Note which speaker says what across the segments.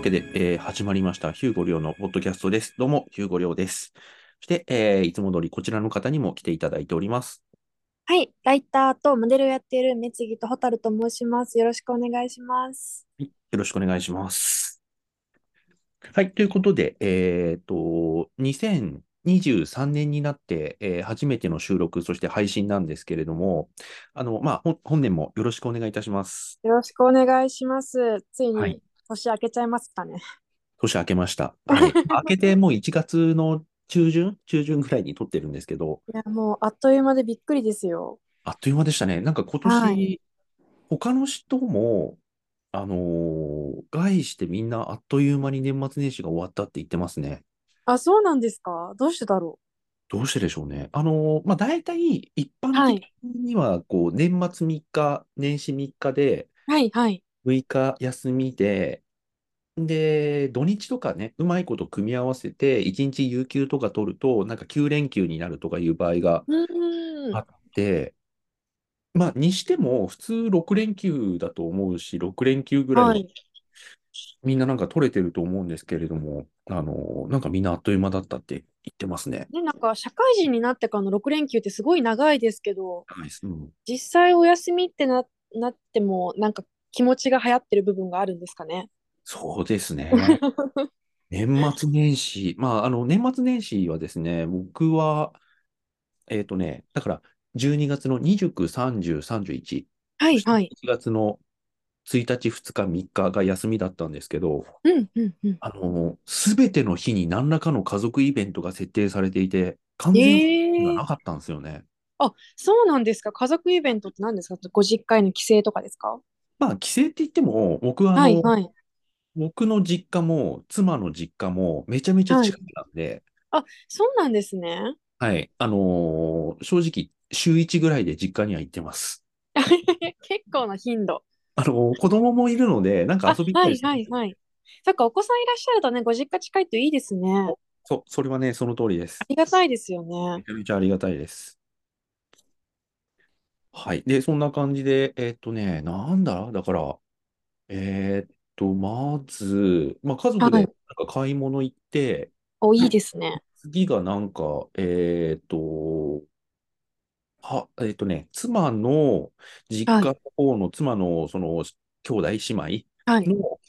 Speaker 1: けで、えー始まりました、ヒューゴリョウのポッドキャストです。どうも、ヒューゴリョウです。そして、えーいつも通りこちらの方にも来ていただいております。
Speaker 2: はい、ライターとモデルをやっている目次とホタルと申します。よろしくお願いします。
Speaker 1: よろしくお願いします。はい、ということで、えっと、2023年になって、えー初めての収録、そして配信なんですけれども、あの、まあ、ほん本年もよろしくお願いいたします。
Speaker 2: よろしくお願いします。つい
Speaker 1: はい
Speaker 2: に年明けちゃいますかね。
Speaker 1: 年明けました。はい。明けてもう1月の中旬中旬ぐらいに撮ってるんですけど、
Speaker 2: いや、もうあっという間でびっくりですよ。
Speaker 1: あっという間でしたね。なんか今
Speaker 2: は
Speaker 1: 年、他の人も、あのー概してみんなあっという間に年末年始が終わったって言ってますね。
Speaker 2: あ、そうなんですかどうしてだろ
Speaker 1: どうしてでしょうね。あのーまあ、大体一
Speaker 2: は
Speaker 1: 般
Speaker 2: い
Speaker 1: 的には、こう、年末3日、年始3日で、
Speaker 2: うはいはい。
Speaker 1: 6日休みで、で、土日とかね、うまいこと組み合わせて、1日有給とか取ると、なんか9連休になるとかいう場合が
Speaker 2: うーん。
Speaker 1: あって、まあ、にしても、普通6連休だと思うし、6連休ぐらいは
Speaker 2: はい。
Speaker 1: みんななんか取れてると思うんですけれども、あの、なんかみんなあっという間だったって言ってますね。
Speaker 2: ね、なんか社会人になってからの6連休ってすごい長いですけど、
Speaker 1: 長いです。うん。
Speaker 2: 実際お休みってな、なっても、なんか気持ちが流行ってる部分があるんですかね。
Speaker 1: そうです ね。年末年始。まあ、あの、年末年始はですね、僕は、えっとね、だから、12月の29、30、31、
Speaker 2: はいはい。
Speaker 1: 1月の1日、2日、3日が休みだったんですけど、
Speaker 2: うんうんうん。
Speaker 1: あの、すべての日に何らかの家族イベントが設定されていて、完全
Speaker 2: え
Speaker 1: に
Speaker 2: ー
Speaker 1: がなかったんですよね。
Speaker 2: あ、そうなんですか。家族イベントって何ですかご実家への帰省とかですか
Speaker 1: まあ、帰省って言っても、僕はあ
Speaker 2: は
Speaker 1: の、
Speaker 2: いはい。
Speaker 1: 僕の実家も妻の実家もめちゃめちゃ近くなんで、
Speaker 2: そうなんですね。
Speaker 1: はい、あのー正直、週1ぐらいで実家には行ってます。
Speaker 2: 結構な頻度。
Speaker 1: あのー子供もいるので、なんか
Speaker 2: あ、
Speaker 1: 遊びに行っ
Speaker 2: は
Speaker 1: た
Speaker 2: い
Speaker 1: りするん
Speaker 2: は
Speaker 1: で
Speaker 2: い
Speaker 1: すよ
Speaker 2: はい。そっか、お子さんいらっしゃるとね、ご実家近いといいですね。あ
Speaker 1: そ、それはね、その通りです。
Speaker 2: りがたいですよ
Speaker 1: め
Speaker 2: ね。
Speaker 1: ちゃめちゃありがたいです。はい。で、そんな感じで、えっとね、なんだだから、えっと、まず、まあ、家族で
Speaker 2: はい
Speaker 1: なんか買い物行って、
Speaker 2: お、いいです ね。
Speaker 1: 次がなんか、えっと、は、えっとね、妻の、実家の方の妻の、その、兄弟姉
Speaker 2: はい。
Speaker 1: 妹の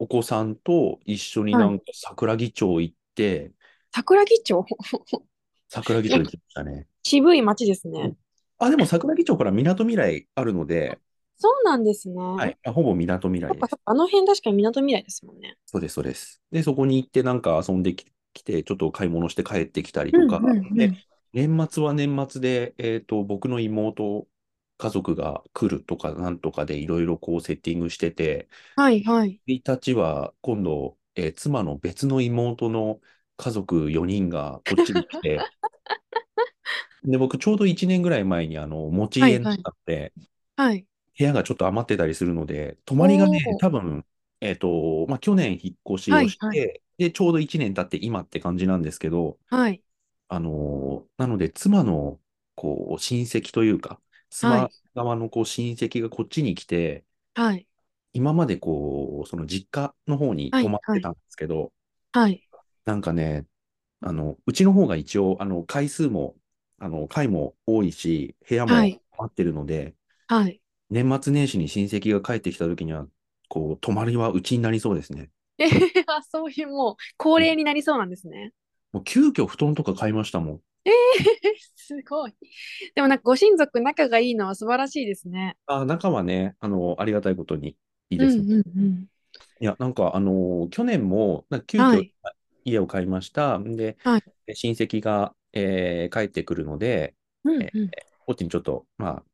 Speaker 1: お子さんと一緒になんか桜木町行って、
Speaker 2: 桜木町、
Speaker 1: 桜木町行きましたね。
Speaker 2: 渋い町ですね。
Speaker 1: あ、でも桜木町から港未来あるので、
Speaker 2: そうなんですね。
Speaker 1: はい、あほぼ港未来
Speaker 2: そっ
Speaker 1: で
Speaker 2: か
Speaker 1: す
Speaker 2: そっ。かあの辺確かに港未来ですもんね。
Speaker 1: そうです、そうです。で、そこに行ってなんか遊んでき、きて、ちょっと買い物して帰ってきたりとか、
Speaker 2: うんうんうん
Speaker 1: で、年末は年末で、えっと、僕の妹、家族が来るとかなんとかでいろいろこうセッティングしてて、
Speaker 2: はいはい。
Speaker 1: 1日は今度、えー妻の別の妹の家族4人がこっちに来 て、で、僕ちょうど1年ぐらい前にあの、持ち家になったので、
Speaker 2: はい。
Speaker 1: 部屋がちょっと余ってたりするので、泊まりがね
Speaker 2: おー、
Speaker 1: 多分、えっと、まあ、去年引っ越しをして、
Speaker 2: はい
Speaker 1: で、ちょうど1年経って今って感じなんですけど、
Speaker 2: はい。
Speaker 1: あのーなので、妻の、こう、親戚というか、妻
Speaker 2: は
Speaker 1: 側のこう親戚がこっちに来て、
Speaker 2: はい。
Speaker 1: 今までこう、その実家の方に泊まってたんですけど、
Speaker 2: はい。
Speaker 1: なんかね、あの、うちの方が一応、あの、回数も、あの、回も多いし、部屋も
Speaker 2: は
Speaker 1: 余
Speaker 2: い
Speaker 1: ってるので、
Speaker 2: はい。
Speaker 1: 年末年始に親戚が帰ってきた時には、こう、泊まりはうちになりそうですね。
Speaker 2: えへへあそういうもう恒例になりそうなんですね。
Speaker 1: もう急遽布団とか買いましたもん。
Speaker 2: すごい。でもなんかご親族仲がいいのは素晴らしいですね。
Speaker 1: あ、中はね、あの、ありがたいことにいいですね。
Speaker 2: うんうんうん。
Speaker 1: いや、なんか、あの、去年も、なんか急
Speaker 2: は
Speaker 1: 遽
Speaker 2: い
Speaker 1: 家を買いました。んで、
Speaker 2: はい
Speaker 1: で親戚が、えー帰ってくるので、
Speaker 2: うんうん。
Speaker 1: こっちにちょっと、まあ、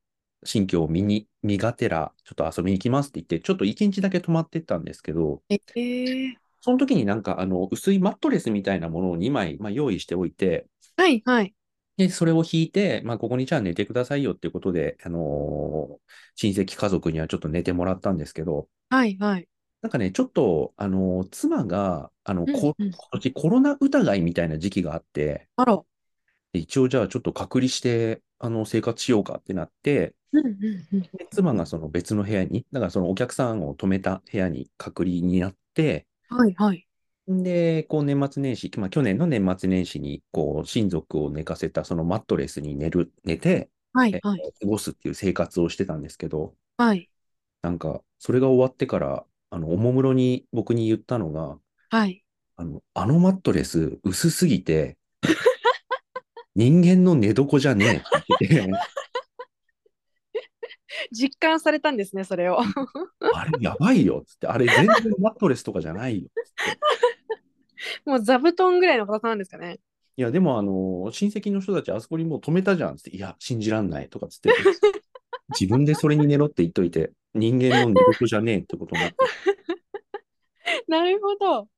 Speaker 1: 新居を見に、見がてら、ちょっと遊びに行きますって言って、ちょっと一日だけ泊まってったんですけど、
Speaker 2: えー、
Speaker 1: その時になんか、あの、薄いマットレスみたいなものを2枚、まあ、用意しておいて、
Speaker 2: はいはい。
Speaker 1: で、それを引いて、まあ、ここにじゃあ寝てくださいよっていうことで、あのー親戚家族にはちょっと寝てもらったんですけど、
Speaker 2: はいはい。
Speaker 1: なんかね、ちょっと、あのー妻が、あの、
Speaker 2: うん
Speaker 1: こ
Speaker 2: うん
Speaker 1: 今年コロナ疑いみたいな時期があって、
Speaker 2: あら。
Speaker 1: で一応じゃあちょっと隔離して、あの、生活しようかってなって、
Speaker 2: うんうんうん。
Speaker 1: で妻がその別の部屋に、だからそのお客さんを泊めた部屋に隔離になって、
Speaker 2: はいはい。
Speaker 1: で、こう年末年始、まあ、去年の年末年始に、こう、親族を寝かせたそのマットレスに寝る、寝て、
Speaker 2: はい
Speaker 1: え
Speaker 2: はい。
Speaker 1: 過ごすっていう生活をしてたんですけど、
Speaker 2: はい。
Speaker 1: なんか、それが終わってから、あの、おもむろに僕に言ったのが、
Speaker 2: はい。
Speaker 1: あの、あのマットレス薄すぎ て、人間の寝床じゃねえって言ってて、
Speaker 2: 実感されたんですね、それを。
Speaker 1: あれやばいよっつって、あれ全然マットレスとかじゃないよっつって。
Speaker 2: もう座布団ぐらいの硬さなんですかね。
Speaker 1: いや、でもあの、親戚の人たちあそこにもう止めたじゃんっつって、いや、信じらんないとかっ つって、自分でそれに寝ろって言っといて、人間の寝床じゃねえってことになって。
Speaker 2: なるほど。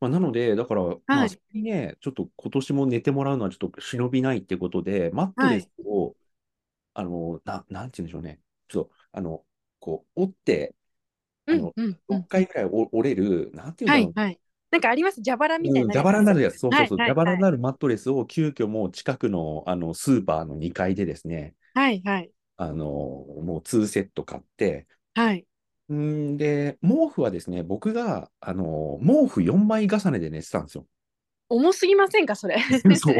Speaker 1: まあ、なので、だから、ま
Speaker 2: は
Speaker 1: あ、
Speaker 2: い。
Speaker 1: それにね、ちょっと今年も寝てもらうのはちょっと忍びないってことで、マット
Speaker 2: は
Speaker 1: レス
Speaker 2: い。
Speaker 1: を、あの、な、なんて言うんでしょうね。ちょっと、あの、こう、折って、あ
Speaker 2: うん
Speaker 1: の、
Speaker 2: うんう
Speaker 1: 6
Speaker 2: ん。
Speaker 1: 回ぐらいお折れる、なんて言うんだ
Speaker 2: はい
Speaker 1: ろ。
Speaker 2: はい。なんかあります蛇腹みたいうに
Speaker 1: うん、
Speaker 2: なる
Speaker 1: 蛇
Speaker 2: や
Speaker 1: 腹
Speaker 2: つで
Speaker 1: になるやつ、
Speaker 2: すよね。
Speaker 1: そう
Speaker 2: は
Speaker 1: そう
Speaker 2: い
Speaker 1: そう、
Speaker 2: は
Speaker 1: 蛇
Speaker 2: い
Speaker 1: 腹
Speaker 2: は
Speaker 1: に
Speaker 2: い。
Speaker 1: なるマットレスを急遽もう近くの、あの、スーパーの2階でですね、
Speaker 2: はいはい。
Speaker 1: あの、もう2セット買って、
Speaker 2: はい。
Speaker 1: んで、毛布はですね、僕が、あの、毛布4枚重ねで寝てたんです よ。
Speaker 2: 重すぎませんか、それ。
Speaker 1: そう、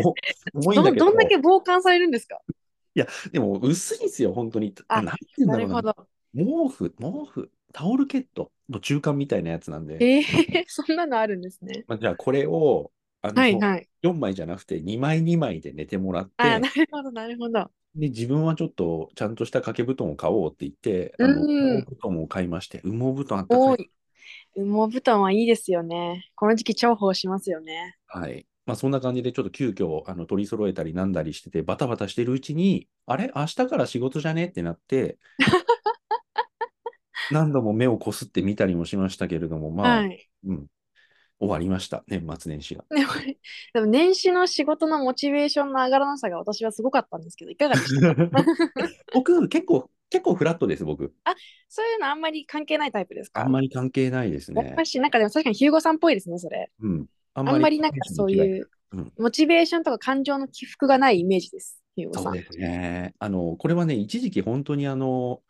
Speaker 1: 重いんだ
Speaker 2: ど、
Speaker 1: け
Speaker 2: どんだ
Speaker 1: ど、
Speaker 2: け傍観されるんですか
Speaker 1: いや、でも薄いんですよ、本当に。あ、
Speaker 2: あ、
Speaker 1: なんて言うん
Speaker 2: な
Speaker 1: だろ
Speaker 2: る
Speaker 1: うな。
Speaker 2: ほど。
Speaker 1: 毛布、毛布、タオルケットの中間みたいなやつなんで、
Speaker 2: えー、 そんなのあるんですね。
Speaker 1: まあ、じゃあこれを、あ
Speaker 2: はい
Speaker 1: の、
Speaker 2: はい。
Speaker 1: 4枚じゃなくて2枚2枚で寝てもらって、
Speaker 2: あ、なるほど、なるほど。
Speaker 1: で、自分はちょっとちゃんとした掛け布団を買おうって言って、あの、
Speaker 2: う
Speaker 1: 羽
Speaker 2: ん。
Speaker 1: 毛布団を買いまして、羽毛布団あったか
Speaker 2: 多
Speaker 1: い。
Speaker 2: い。羽毛布団はいいですよね。この時期重宝しますよね。
Speaker 1: はい。まあ、そんな感じで、ちょっと急遽、あの、取り揃えたりなんだりしてて、バタバタしてるうちに、あれ明日から仕事じゃねってなって、 何度も目をこすってみたりもしましたけれども、ま
Speaker 2: は
Speaker 1: あ、
Speaker 2: い。
Speaker 1: うん、終わりました。年末年始 が。
Speaker 2: でも、でも年始の仕事のモチベーションの上がらなさが私はすごかったんですけど、いかがで したか
Speaker 1: 僕、結構、結構フラットです、僕。
Speaker 2: あ、そういうのあんまり関係ないタイプです
Speaker 1: あん
Speaker 2: か
Speaker 1: まり関係ないです
Speaker 2: やっぱ
Speaker 1: ね。
Speaker 2: し、なんかでも確かにヒューゴさんっぽいですね、それ。
Speaker 1: うん。あん
Speaker 2: あ
Speaker 1: ま
Speaker 2: んま
Speaker 1: り
Speaker 2: りなんか
Speaker 1: テンションに
Speaker 2: そう
Speaker 1: 違いない。
Speaker 2: いう
Speaker 1: うん。
Speaker 2: モチベーションとか感情の起伏がないイメージです、ヒューゴ
Speaker 1: そ
Speaker 2: さ。
Speaker 1: うんですね。あの、これはね、一時期本当にあの、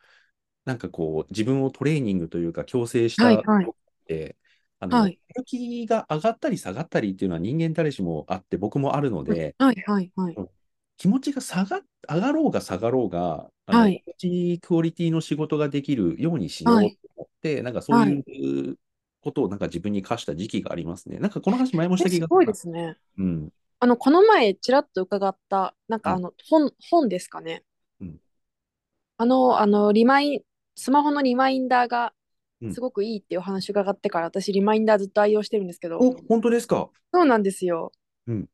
Speaker 1: なんかこう、自分をトレーニングというか、強制し
Speaker 2: はい
Speaker 1: た
Speaker 2: はい
Speaker 1: 時って、あ
Speaker 2: は
Speaker 1: の、
Speaker 2: い。
Speaker 1: やる気が上がったり下がったりっていうのは人間誰しもあって、僕もあるの
Speaker 2: うん
Speaker 1: で、
Speaker 2: はいはいはい。
Speaker 1: 気持ちが下が、上がろうが下がろうが、あ
Speaker 2: は
Speaker 1: の、
Speaker 2: い
Speaker 1: 同じクオリティの仕事ができるようにし
Speaker 2: は
Speaker 1: よう
Speaker 2: い
Speaker 1: と思って、なんかそう
Speaker 2: はいい。
Speaker 1: うことをなんか自分に課した時期がありますね。なんかこの話前もし
Speaker 2: え、
Speaker 1: た気
Speaker 2: す
Speaker 1: がす
Speaker 2: ごい
Speaker 1: る
Speaker 2: で
Speaker 1: な。
Speaker 2: すね。
Speaker 1: うん、
Speaker 2: あの、この前、ちらっと伺った、なん
Speaker 1: う
Speaker 2: かあ
Speaker 1: ん、
Speaker 2: の、本、本ですかね。
Speaker 1: うん、
Speaker 2: あの、あの、リマイン、スマホのリマインダーが
Speaker 1: う
Speaker 2: す
Speaker 1: ん。
Speaker 2: ごくいいっていうお話伺ってから、私、リマインダーずっと愛用してるんですけど、
Speaker 1: お、本当ですか。
Speaker 2: そうなんですよ。
Speaker 1: うん。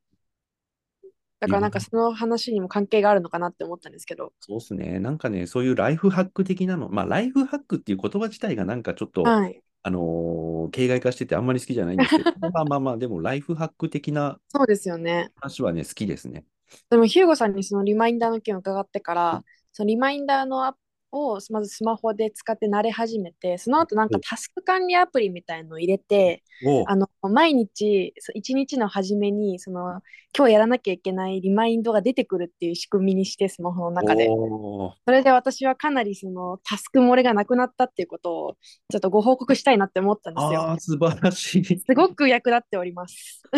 Speaker 1: リ
Speaker 2: だから
Speaker 1: マ
Speaker 2: なん
Speaker 1: イ
Speaker 2: か
Speaker 1: ン
Speaker 2: その話にも関係があるのかなって思ったんですけど。
Speaker 1: そうですね。なんかね、そういうライフハック的なの、まあ、ライフハックっていう言葉自体がなんかちょっと、
Speaker 2: はい。
Speaker 1: あのー形骸化しててあんまり好きじゃないん ですけど、まあまあまあ、でもライフハック的な
Speaker 2: そうですよね。
Speaker 1: 話はね、好きですね。
Speaker 2: でも、ヒューゴさんにそのリマインダーの件を伺ってか
Speaker 1: うん
Speaker 2: ら、そのリマインダーのアプをまずスマホで使って慣れ始めて、その後なんか
Speaker 1: お、
Speaker 2: タスク管理アプリみたいのを入れて、
Speaker 1: お
Speaker 2: あの毎日、そ一日の初めにその、今日やらなきゃいけないリマインドが出てくるっていう仕組みにして、スマホの中で。
Speaker 1: おー、
Speaker 2: それで私はかなりそのタスク漏れがなくなったっていうことを、ちょっとご報告したいなって思ったんですよ。
Speaker 1: ああ、素晴らしい。
Speaker 2: すごく役立っております。
Speaker 1: あ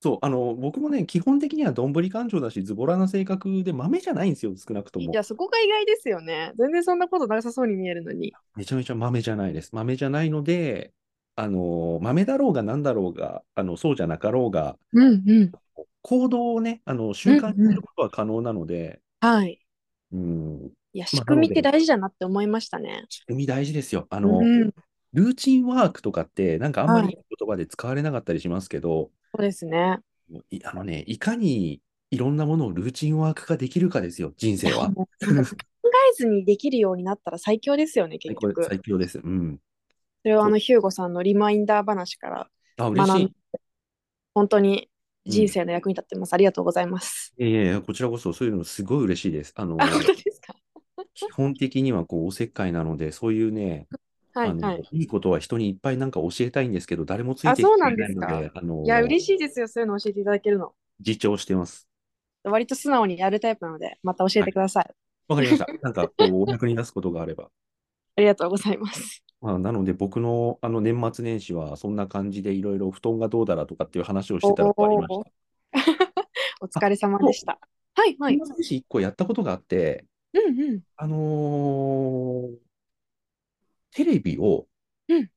Speaker 1: そう、あの、僕もね、基本的にはどんぶり勘定だし、ズボラな性格で、豆じゃないんですよ、少なくと
Speaker 2: い
Speaker 1: も。
Speaker 2: や、そこが意外ですよね。全然そんなことなさそうに見えるのに。
Speaker 1: めちゃめちゃ豆じゃないです。豆じゃないので、あの、豆だろうが何だろうが、あの、そうじゃなかろうが、
Speaker 2: うんうん。
Speaker 1: 行動をね、あの、習
Speaker 2: うん
Speaker 1: 慣に
Speaker 2: う
Speaker 1: す
Speaker 2: ん。
Speaker 1: ることは可能なので、
Speaker 2: はい。
Speaker 1: うん、
Speaker 2: いや、
Speaker 1: ま
Speaker 2: 仕
Speaker 1: あ、な
Speaker 2: 組み
Speaker 1: の
Speaker 2: って
Speaker 1: で、
Speaker 2: 大事だなって思いましたね。
Speaker 1: 仕組み大事ですよ。あ
Speaker 2: う
Speaker 1: の、
Speaker 2: ん。
Speaker 1: ルーチンワークとかって、なんかあんま
Speaker 2: は
Speaker 1: りい
Speaker 2: い。
Speaker 1: い言葉で使われなかったりしますけど、
Speaker 2: そうですね。
Speaker 1: いあのね、いかにいろんなものをルーチンワーク化できるかですよ、人
Speaker 2: い
Speaker 1: 生
Speaker 2: や、
Speaker 1: は。
Speaker 2: もう本当考えずにできるようになったら最強ですよね、
Speaker 1: 最
Speaker 2: 結
Speaker 1: 高、
Speaker 2: 局。
Speaker 1: 最強です。うん。
Speaker 2: それはあ
Speaker 1: そう
Speaker 2: のヒューゴさんのリマインダー話から
Speaker 1: あ、嬉
Speaker 2: 学
Speaker 1: し
Speaker 2: ん
Speaker 1: い。
Speaker 2: で、本当に
Speaker 1: う
Speaker 2: 人
Speaker 1: ん。
Speaker 2: 生の役に立ってます。ありがとうございます。
Speaker 1: いやいやいや、こちらこそそういうのすごい嬉しいです。あ
Speaker 2: あ、本
Speaker 1: の、
Speaker 2: 当ですか。
Speaker 1: 基本的にはこう、おせっかいなので、そういうね、
Speaker 2: は
Speaker 1: あ
Speaker 2: い
Speaker 1: の、
Speaker 2: はい。
Speaker 1: いいことは人にいっぱいなんか教えたいんですけど、誰もつい
Speaker 2: あ、
Speaker 1: てき
Speaker 2: そう
Speaker 1: てく
Speaker 2: な
Speaker 1: れ
Speaker 2: んで
Speaker 1: ない
Speaker 2: す
Speaker 1: の
Speaker 2: か。
Speaker 1: で、あ
Speaker 2: いや、
Speaker 1: の、
Speaker 2: 嬉しいですよ、そういうの教えていただけるの。
Speaker 1: 自重してます。
Speaker 2: 割と素直にやるタイプなので、また教え
Speaker 1: は
Speaker 2: て
Speaker 1: い。
Speaker 2: ください。
Speaker 1: わかりました。なんか、こう、お役に立つことがあれば。
Speaker 2: ありがとうございます。
Speaker 1: まあ、なので僕のあの年末年始はそんな感じでいろいろ布団がどうだらとかっていう話をしてたらありました。
Speaker 2: お疲れ様でした。はいはい
Speaker 1: 年。末年始一個やったことがあって、
Speaker 2: うんうん。
Speaker 1: あのーテレビを
Speaker 2: うん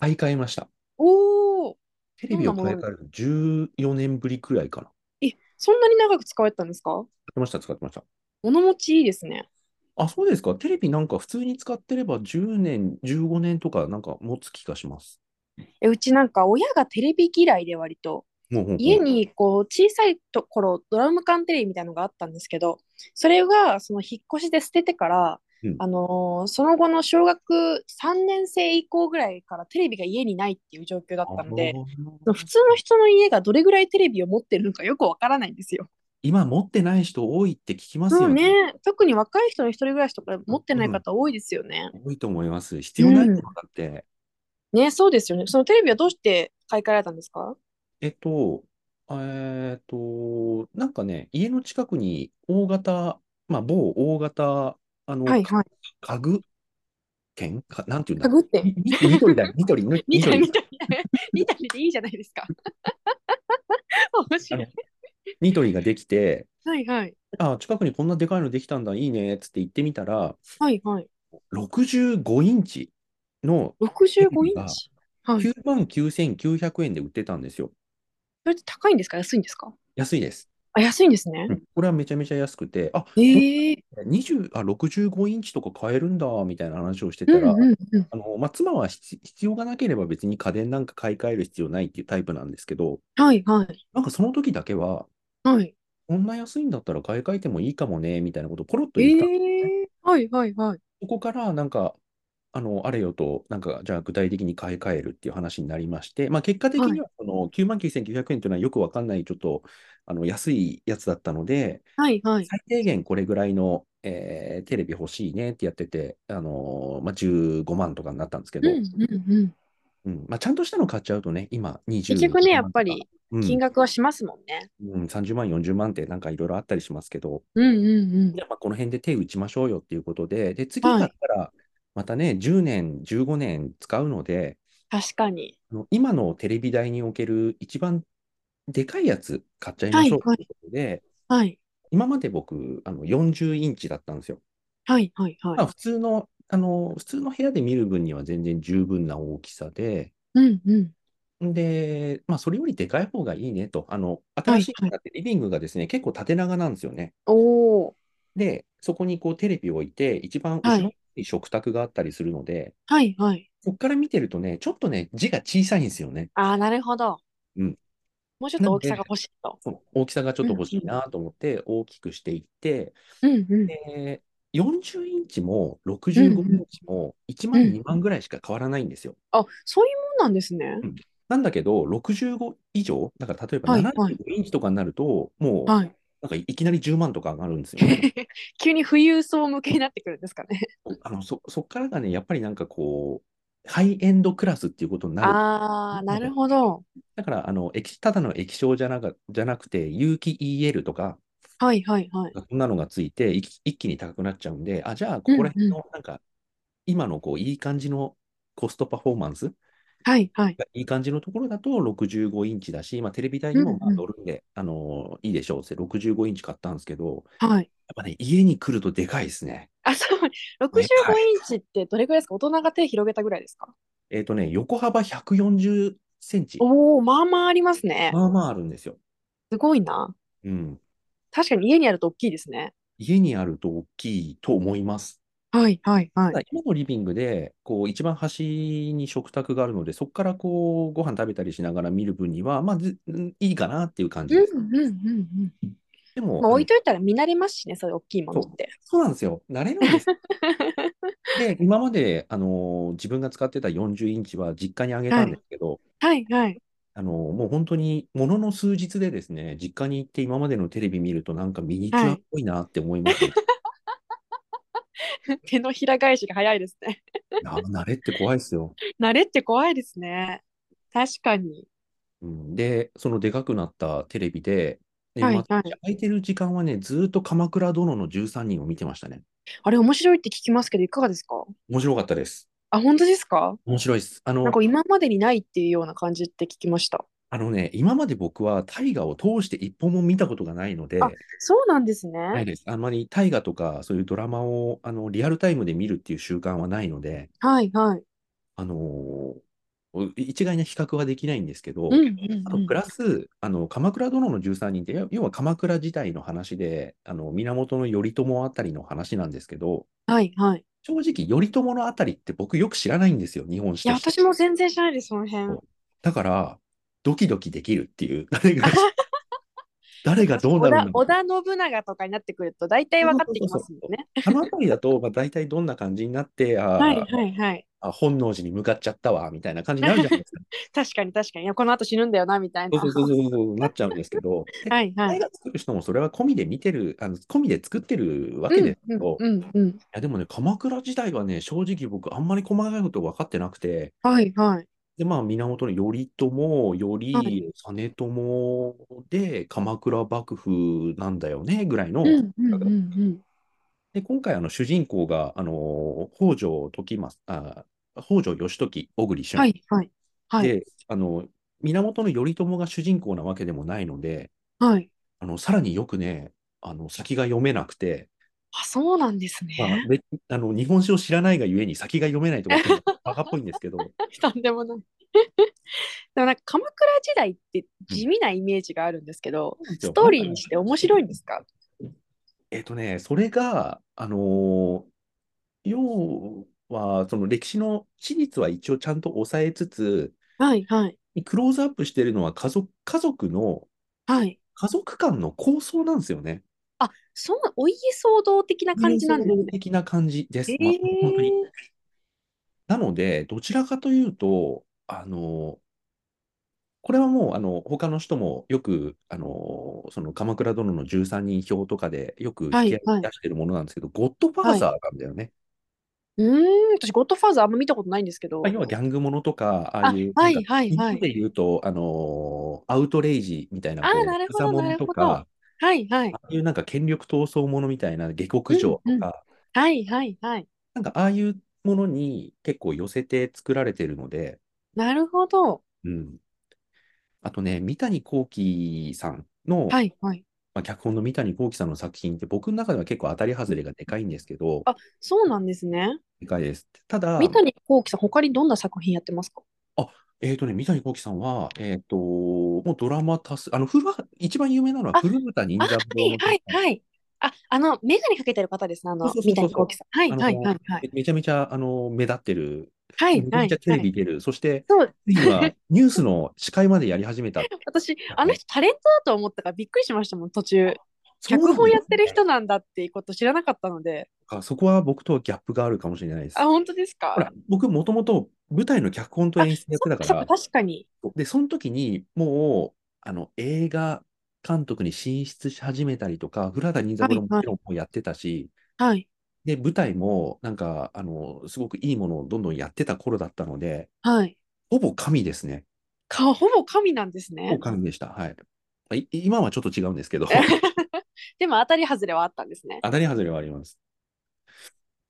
Speaker 1: 買い替えました。
Speaker 2: おお。
Speaker 1: テレビを
Speaker 2: どん
Speaker 1: 買い
Speaker 2: なも
Speaker 1: 替
Speaker 2: の
Speaker 1: えるの14年ぶりくらいかな。使
Speaker 2: え、そんなに長く使われてたんですか
Speaker 1: ってました、使ってました。
Speaker 2: 物持ちいいですね。
Speaker 1: あ、そうですか。テレビなんか普通に使ってれば10年、15年とかなんか持つ気がします。
Speaker 2: え、うちなんか親がテレビ嫌いで割と。
Speaker 1: もうほんと
Speaker 2: 家にこう小さいところドラム缶テレビみたいのがあったんですけどそれがその引っ越しで捨ててから、
Speaker 1: うん
Speaker 2: あのーその後の小学3年生以降ぐらいからテレビが家にないっていう状況だったので
Speaker 1: あー
Speaker 2: 普通の人の家がどれぐらいテレビを持ってるのかよくわからないんですよ。
Speaker 1: 今持ってない人多いって聞きます
Speaker 2: そ
Speaker 1: よ
Speaker 2: う
Speaker 1: ね。
Speaker 2: ね特に若い人の一人暮らしとか持ってない方多いですよね。
Speaker 1: 多いと思います。必要ないものだって。
Speaker 2: ねそうですよね。そのテレビはどうして買い替えられたんですか
Speaker 1: えっと、えっと、なんかね、家の近くに大型、まあ、某大型、あの、
Speaker 2: はいはい。
Speaker 1: 家具店か、なんていうんだ
Speaker 2: 家具店
Speaker 1: みみ緑だ、緑、 み
Speaker 2: ニタ
Speaker 1: 緑
Speaker 2: ニタニタニタでいいじゃないですか。面白い。
Speaker 1: 緑ができて、
Speaker 2: はいはい。
Speaker 1: あ、近くにこんなでかいのできたんだ、いいね、つって行ってみたら、
Speaker 2: はいはい。
Speaker 1: 65インチの
Speaker 2: 65インチ。はい。そ
Speaker 1: 9万9900円で売ってたんですよ。
Speaker 2: れって高いんですか安いんですか
Speaker 1: 安いです。
Speaker 2: あ、安いんですね。
Speaker 1: これはめちゃめちゃ安くて、あ、
Speaker 2: ええ
Speaker 1: 20、あ、65インチとか買えるんだ、みたいな話をして
Speaker 2: う
Speaker 1: た
Speaker 2: ん
Speaker 1: ら、
Speaker 2: うんうん。
Speaker 1: あの、まあ、妻は必必要がなければ別に家電なんか買い替える必要ないっていうタイプなんですけど、
Speaker 2: はいはい。
Speaker 1: なんかその時だけは、
Speaker 2: はい。
Speaker 1: こんな安いんだったら買い替えてもいいかもね、みたいなことをポロッと
Speaker 2: え
Speaker 1: 言った。
Speaker 2: えはいはいはい。
Speaker 1: そこから、なんか、あの、あれよと、なんか、じゃあ具体的に買い替えるっていう話になりまして、まあ、結果的には、その、99,900円というのはよくわかんない、ちょっと、あの、安いやつだったので、
Speaker 2: はいはい。
Speaker 1: 最低限これぐらいの、えーテレビ欲しいねってやってて、あのーまあ、15万とかになったんですけ
Speaker 2: う
Speaker 1: ど、
Speaker 2: んうんうん。
Speaker 1: うんまあ、ちゃんとしたの買っちゃうとね、今、20
Speaker 2: 結局ね、やっぱり
Speaker 1: うん
Speaker 2: 金額はしますもんね。
Speaker 1: うん、30万、40万ってなんかいろいろあったりしますけど、
Speaker 2: うんうんうん。
Speaker 1: じゃあまあこの辺で手打ちましょうよっていうことで、で、次買ったら、またね、10年、15年使うので、
Speaker 2: 確かに。
Speaker 1: あの今のテレビ台における一番でかいやつ買っちゃいま
Speaker 2: は
Speaker 1: し
Speaker 2: い
Speaker 1: ょう
Speaker 2: はい
Speaker 1: ということで、
Speaker 2: はい。
Speaker 1: 今まで僕、あの40インチだったんですよ。
Speaker 2: はいはいは
Speaker 1: まあ、
Speaker 2: い。
Speaker 1: 普通の、あの、普通の部屋で見る分には全然十分な大きさで、
Speaker 2: うんうん。
Speaker 1: で、まあ、それよりでかい方がいいねと、あの、
Speaker 2: は
Speaker 1: 新
Speaker 2: い
Speaker 1: しい家ってリビングがですね、結構縦長なんですよね。
Speaker 2: おお。
Speaker 1: で、そこにこうテレビを置いて、一番後ろに食卓があったりするので、
Speaker 2: はいはい。
Speaker 1: そこから見てるとね、ちょっとね、字が小さいんですよね。
Speaker 2: ああ、なるほど。
Speaker 1: うん。
Speaker 2: もうちょっと大きさが欲しいと。
Speaker 1: その大きさがちょっと欲しいなと思って、大きくしていって、
Speaker 2: うんうん。
Speaker 1: で、40インチも65インチも1万、
Speaker 2: うん
Speaker 1: 2万ぐらいしか変わらないんですよ。
Speaker 2: あ、そういうもんなんですね。
Speaker 1: なんだけど、65以上、だから例えば
Speaker 2: はいはい
Speaker 1: 75インチとかになると、もう、
Speaker 2: はい。
Speaker 1: なんかいきなり10万とか上がるんですよ ね。
Speaker 2: 急に富裕層向けになってくるんですかね。
Speaker 1: あのそそっからがね、やっぱりなんかこう、ハイエンドクラスっていうことになる。
Speaker 2: ああ、なるほど。
Speaker 1: だから、あの液ただの液晶じゃなかじゃなくて、有機 EL とか、
Speaker 2: はいはいはい。
Speaker 1: そんなのがついていき、一気に高くなっちゃうんで、あ、じゃあ、ここら辺の、なんか、今のこういい感じのコストパフォーマンス、
Speaker 2: はいはい。
Speaker 1: いい感じのところだと65インチだし、まあ、テレビ台にもまあ
Speaker 2: うんうん
Speaker 1: 乗るんで、あのいいでしょうって、65インチ買ったんですけど、
Speaker 2: はい。
Speaker 1: やっぱね、家に来るとでかいですね。
Speaker 2: あ、そう。65インチってどれぐらいですか大人が手広げたぐらいですか
Speaker 1: えっ、とね、横幅140センチ、
Speaker 2: おお、まあまあありますね。
Speaker 1: まあまああるんですよ。
Speaker 2: すごいな。
Speaker 1: うん。
Speaker 2: 確かに家にあると大きいですね。
Speaker 1: 家にあると大きいと思います。
Speaker 2: はいはいは
Speaker 1: ただ
Speaker 2: い。
Speaker 1: 今のリビングで、こう、一番端に食卓があるので、そこからこう、ご飯食べたりしながら見る分には、まあ、ずうんいいかなっていう感じ
Speaker 2: うん
Speaker 1: で
Speaker 2: う
Speaker 1: す。
Speaker 2: んうんうん。
Speaker 1: でも、
Speaker 2: まあ、置
Speaker 1: あ
Speaker 2: い
Speaker 1: の
Speaker 2: といたら見慣れますしね、そういう大きいものって。
Speaker 1: そうなんですよ。慣れるん です。で、今まで、あのー自分が使ってた40インチは実家にあげたんですけど、
Speaker 2: はいはい。
Speaker 1: あのーもう本当に、ものの数日でですね、実家に行って今までのテレビ見ると、なんかミニチュアっぽいなって思います、ね
Speaker 2: 手のひら返しが早いですね。
Speaker 1: いや慣れって怖いですよ。
Speaker 2: 慣れって怖いですね。確かに。
Speaker 1: うん、で、そのでかくなったテレビで、年
Speaker 2: はい
Speaker 1: 末
Speaker 2: はい
Speaker 1: 空いてる時間はね、ずーっと鎌倉殿の13人を見てましたね。
Speaker 2: あれ面白いって聞きますけど、いかがですか
Speaker 1: 面白かったです。
Speaker 2: あ、本当ですか
Speaker 1: 面白いです。あ
Speaker 2: なん
Speaker 1: の、
Speaker 2: か今までにないっていうような感じって聞きました。
Speaker 1: あのね、今まで僕は大河を通して一本も見たことがないので、
Speaker 2: あそうなんです
Speaker 1: ない
Speaker 2: ね。
Speaker 1: です。あんまり大河とかそういうドラマをあのリアルタイムで見るっていう習慣はないので、
Speaker 2: はいはい。
Speaker 1: あのー一概な比較はできないんですけ
Speaker 2: う
Speaker 1: ど、
Speaker 2: んう
Speaker 1: あ
Speaker 2: ん
Speaker 1: と
Speaker 2: うん。
Speaker 1: プラス、あの鎌倉殿の13人って、要要は鎌倉時代の話で、あの源頼朝あたりの話なんですけど、
Speaker 2: はいはい。
Speaker 1: 正直、頼朝のあたりって僕よく知らないんですよ、日本史
Speaker 2: いや、
Speaker 1: として。
Speaker 2: 私も全然知らないです、その辺。
Speaker 1: そうだから、ドキドキできるっていう、 誰 が、誰がどうな
Speaker 2: 織
Speaker 1: るんだ
Speaker 2: 田
Speaker 1: ろう。
Speaker 2: 織田信長とかになってくると大体分かってきますもんね。
Speaker 1: あの辺りだと、まあ、大体どんな感じになって、
Speaker 2: はい
Speaker 1: あー
Speaker 2: はいはい。
Speaker 1: あ、本能寺に向かっちゃったわ、みたいな感じになるじゃない ですか。
Speaker 2: 確かに確かに。いや、この後死ぬんだよな、みたい
Speaker 1: そう
Speaker 2: な。
Speaker 1: そうそうそうそう、なっちゃうんですけ ど、で
Speaker 2: はいは
Speaker 1: 映
Speaker 2: い。
Speaker 1: 画作る人もそれは込みで見てる、あの込みで作ってるわけ
Speaker 2: う
Speaker 1: で
Speaker 2: ん
Speaker 1: すけ
Speaker 2: うん
Speaker 1: ど、い
Speaker 2: うんうん。
Speaker 1: やでもね、鎌倉時代はね、正直僕、あんまり細かいこと分かってなくて、
Speaker 2: はいはい。
Speaker 1: で、まあ、源頼朝、頼
Speaker 2: はい。
Speaker 1: 家、実朝で、鎌倉幕府なんだよね、ぐらいうの。
Speaker 2: んうんうんうん。
Speaker 1: で、今回、あの、主人公が、あの、北条時政、あ、北条義時、小栗
Speaker 2: は
Speaker 1: 旬。
Speaker 2: いはい。はい。
Speaker 1: で、あの、源頼朝が主人公なわけでもないので、
Speaker 2: はい。
Speaker 1: あの、さらによくね、あの、先が読めなくて、
Speaker 2: あ、そうなんです
Speaker 1: まあ、
Speaker 2: ね。
Speaker 1: べあの、日本史を知らないがゆえに先が読めないとかっていうのはバカっぽいんですけど、
Speaker 2: とんでもない。でもなんか鎌倉時代って
Speaker 1: うん、
Speaker 2: 地味なイメージがあるんですけど、
Speaker 1: そうなんです
Speaker 2: ス
Speaker 1: よ。
Speaker 2: トー
Speaker 1: なん
Speaker 2: リ
Speaker 1: か
Speaker 2: ー
Speaker 1: ね、
Speaker 2: にして面白いんですか
Speaker 1: えっとね、それが、あのー要は、その歴史の史実は一応ちゃんと抑えつつ、
Speaker 2: はいはい。
Speaker 1: クローズアップしてるのは家族、家族の、
Speaker 2: はい。
Speaker 1: 家族間の構想なんですよね。
Speaker 2: あ、そう、お家騒動的な
Speaker 1: 人
Speaker 2: 感
Speaker 1: 間
Speaker 2: じなん
Speaker 1: 騒
Speaker 2: です
Speaker 1: 動
Speaker 2: ね。
Speaker 1: 的な感じで
Speaker 2: え
Speaker 1: す。ま、本当に。
Speaker 2: え
Speaker 1: なので、どちらかというと、あの、これはもう、あの、他の人もよく、あの、その、鎌倉殿の13人表とかでよく引
Speaker 2: は
Speaker 1: き
Speaker 2: い
Speaker 1: 合い
Speaker 2: はい
Speaker 1: 出してるものなんですけど、ゴッドファー
Speaker 2: はい。
Speaker 1: ザーなんだよね。
Speaker 2: うーん、私、ゴッドファーザーあんま見たことないんですけ
Speaker 1: まあ、
Speaker 2: ど。
Speaker 1: 要はギャングものとか、ああ
Speaker 2: あ、
Speaker 1: いう、な
Speaker 2: は
Speaker 1: んか、
Speaker 2: いはい
Speaker 1: 日
Speaker 2: は
Speaker 1: 本
Speaker 2: い。
Speaker 1: で言うと、あの、アウトレイジみたいな、
Speaker 2: あ
Speaker 1: こ
Speaker 2: ー
Speaker 1: う、
Speaker 2: なるほ
Speaker 1: 草
Speaker 2: ど
Speaker 1: も
Speaker 2: な
Speaker 1: の
Speaker 2: る
Speaker 1: と
Speaker 2: ほど。
Speaker 1: か、
Speaker 2: はいは
Speaker 1: あ
Speaker 2: い。
Speaker 1: あいうなんか権力闘争ものみたいな、下克
Speaker 2: うん
Speaker 1: 上と
Speaker 2: うん。
Speaker 1: か、
Speaker 2: はいはいはい。
Speaker 1: なんか、ああいうものに結構寄せて作られてるので、
Speaker 2: なるほど。
Speaker 1: うん。あとね、三谷幸喜さんの、
Speaker 2: はいはい。
Speaker 1: まあ、脚本の三谷幸喜さんの作品って僕の中では結構当たり外れがでかいんですけど、
Speaker 2: あ、そうなんですね。
Speaker 1: でかいです。た
Speaker 2: 三
Speaker 1: だ、
Speaker 2: 谷幸喜さん、他にどんな作品やってますか
Speaker 1: あ、えっとね、三谷幸喜さんは、えっと、もうドラマ多数、あの、古畑、一番有名なのは
Speaker 2: あ、
Speaker 1: 古畑任
Speaker 2: あ、
Speaker 1: 三郎
Speaker 2: はい
Speaker 1: のド
Speaker 2: はい
Speaker 1: ラマ。
Speaker 2: はい。あ、あの、メガネかけてる方ですね、あ
Speaker 1: そう
Speaker 2: の、
Speaker 1: そうそ
Speaker 2: 三
Speaker 1: うそうそ
Speaker 2: 谷幸
Speaker 1: う。
Speaker 2: 喜さん。はい
Speaker 1: あの、
Speaker 2: はいはいはい。
Speaker 1: めめちゃめちゃ、あの、目立ってる、
Speaker 2: はい
Speaker 1: めちゃ
Speaker 2: は
Speaker 1: めちゃ
Speaker 2: い
Speaker 1: テ
Speaker 2: は
Speaker 1: レ
Speaker 2: い。
Speaker 1: ビ出る、そして、
Speaker 2: そう、
Speaker 1: ついにはニュースの司会までやり始めた。
Speaker 2: 私、あの人タレントだと思ったからびっくりしましたもん、途中。
Speaker 1: そう
Speaker 2: 脚
Speaker 1: なん
Speaker 2: 本
Speaker 1: で
Speaker 2: やっ
Speaker 1: す
Speaker 2: てる
Speaker 1: ね。
Speaker 2: 人なんだっていうこと知らなかったので。
Speaker 1: あそこは僕とはギャップがあるかもしれないで
Speaker 2: あ、
Speaker 1: す。
Speaker 2: 本当です
Speaker 1: ほ、
Speaker 2: から
Speaker 1: 僕もともと舞台の脚本と
Speaker 2: あ、
Speaker 1: 演出やっ
Speaker 2: そ
Speaker 1: てか、
Speaker 2: ったかそっから確かに。
Speaker 1: で、その時にもう、あの、映画監督に進出し始めたりとか、古畑任三
Speaker 2: は
Speaker 1: 郎
Speaker 2: い
Speaker 1: も
Speaker 2: は
Speaker 1: ちろ
Speaker 2: い
Speaker 1: んもうやってたし、
Speaker 2: はい。
Speaker 1: で、舞台も、なんか、あの、すごくいいものをどんどんやってた頃だったので、
Speaker 2: はい。
Speaker 1: ほぼ神ですね。
Speaker 2: か、ほぼ神なんです
Speaker 1: ほぼ
Speaker 2: ね。
Speaker 1: 神でした。はい。まあい今はちょっと違うんですけ ど、
Speaker 2: でも当たり外れはあったんですね。
Speaker 1: 当たり外れはあります。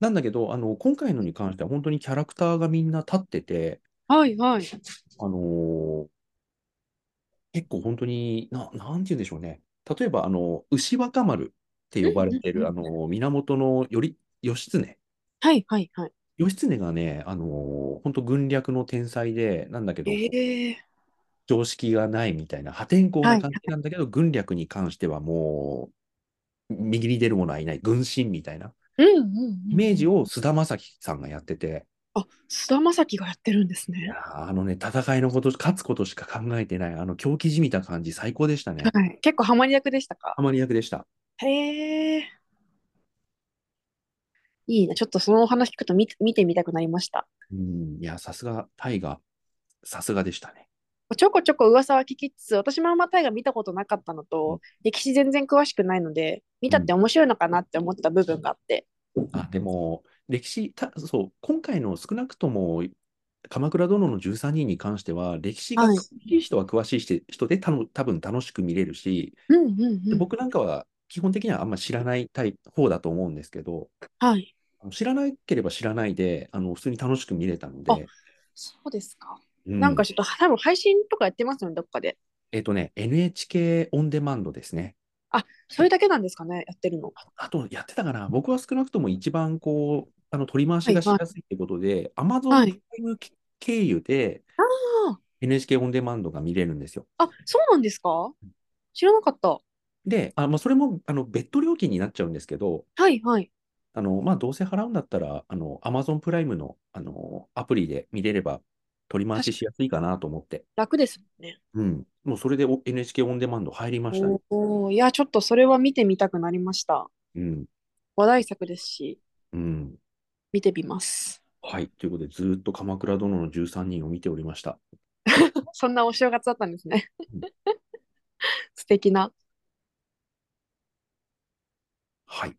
Speaker 1: なんだけど、あの、今回のに関しては本当にキャラクターがみんな立ってて、
Speaker 2: はいはい。
Speaker 1: あのー結構本当に、な、なんて言うんでしょうね。例えば、あの、牛若丸って
Speaker 2: う
Speaker 1: 呼ば
Speaker 2: ん
Speaker 1: れ
Speaker 2: うん
Speaker 1: て
Speaker 2: う
Speaker 1: る、あ
Speaker 2: んうん。
Speaker 1: の、源のより、義経。
Speaker 2: はいはいはい。
Speaker 1: 義経がね、あの、本当軍略の天才で、なんだけど、こう
Speaker 2: ええ
Speaker 1: 常識がないみたいな、破天荒
Speaker 2: は
Speaker 1: ない感じなんだけど、軍略に関してはもう、右に出る者はいない、軍神みたいな
Speaker 2: うんうんう
Speaker 1: イ
Speaker 2: ん
Speaker 1: メー
Speaker 2: う
Speaker 1: ジ
Speaker 2: ん。
Speaker 1: を菅田将暉さんがやってて、
Speaker 2: あ、菅田将暉がやってるんです
Speaker 1: いや
Speaker 2: ね。
Speaker 1: ーあのね、戦いのこと、勝つことしか考えてない、あの狂気じみた感じ、最高でしたね。
Speaker 2: はい。結構ハマり役でしたか
Speaker 1: ハマり役でした。
Speaker 2: へえ。いいな。ちょっとそのお話聞くと見て、見てみたくなりました。
Speaker 1: うん、いや、さすが、タイガ、さすがでしたね。
Speaker 2: ちょこちょこ噂は聞きつつ、私もあんま大河見たことなかったの
Speaker 1: うん、
Speaker 2: と、歴史全然詳しくないので、見
Speaker 1: う
Speaker 2: たっ
Speaker 1: ん
Speaker 2: て面白いのかなって思った部分があって。
Speaker 1: あ、でも、歴史、た、そう、今回の少なくとも、鎌倉殿の13人に関しては、歴史が
Speaker 2: は
Speaker 1: 詳
Speaker 2: い。
Speaker 1: しい人は詳しいして人で、たの、多分楽しく見れるし、
Speaker 2: うんうん
Speaker 1: で、
Speaker 2: うん。
Speaker 1: 僕なんかは、基本的にはあんま知らないタイプ方だと思うんですけど、
Speaker 2: はい。
Speaker 1: 知らなければ知らないで、あの、普通に楽しく見れたの
Speaker 2: あ
Speaker 1: で、
Speaker 2: そうですか。
Speaker 1: うん
Speaker 2: なんかちょっと、多分配信とかやってますよね、どっかで。
Speaker 1: えっとね、NHK オンデマンドですね。
Speaker 2: それだけなんですかね、やってるの。
Speaker 1: あと、やってたかな僕は少なくとも一番こう、あの、取り回しがしやすいってことで、Amazon
Speaker 2: はい
Speaker 1: プライム経由で
Speaker 2: あ
Speaker 1: NHK オンデマンドが見れるんですよ。
Speaker 2: あ、そうなんですか知らなかった。
Speaker 1: で、あ、まあ、それも、あの、別途料金になっちゃうんですけど、
Speaker 2: はいはい。
Speaker 1: あの、まあ、どうせ払うんだったら、あの、Amazon プライムの、あの、アプリで見れれば、取り回ししやすいかなと思って。
Speaker 2: 楽ですもんね。
Speaker 1: うん。もうそれでお NHK オンデマンド入りましたね。
Speaker 2: おお、いや、ちょっとそれは見てみたくなりました。
Speaker 1: うん。
Speaker 2: 話題作ですし、
Speaker 1: うん。
Speaker 2: 見てみます。
Speaker 1: はい。ということで、ずーっと鎌倉殿の13人を見ておりました。
Speaker 2: そんなお正月だったんですね
Speaker 1: うん。
Speaker 2: 素敵な。
Speaker 1: はい。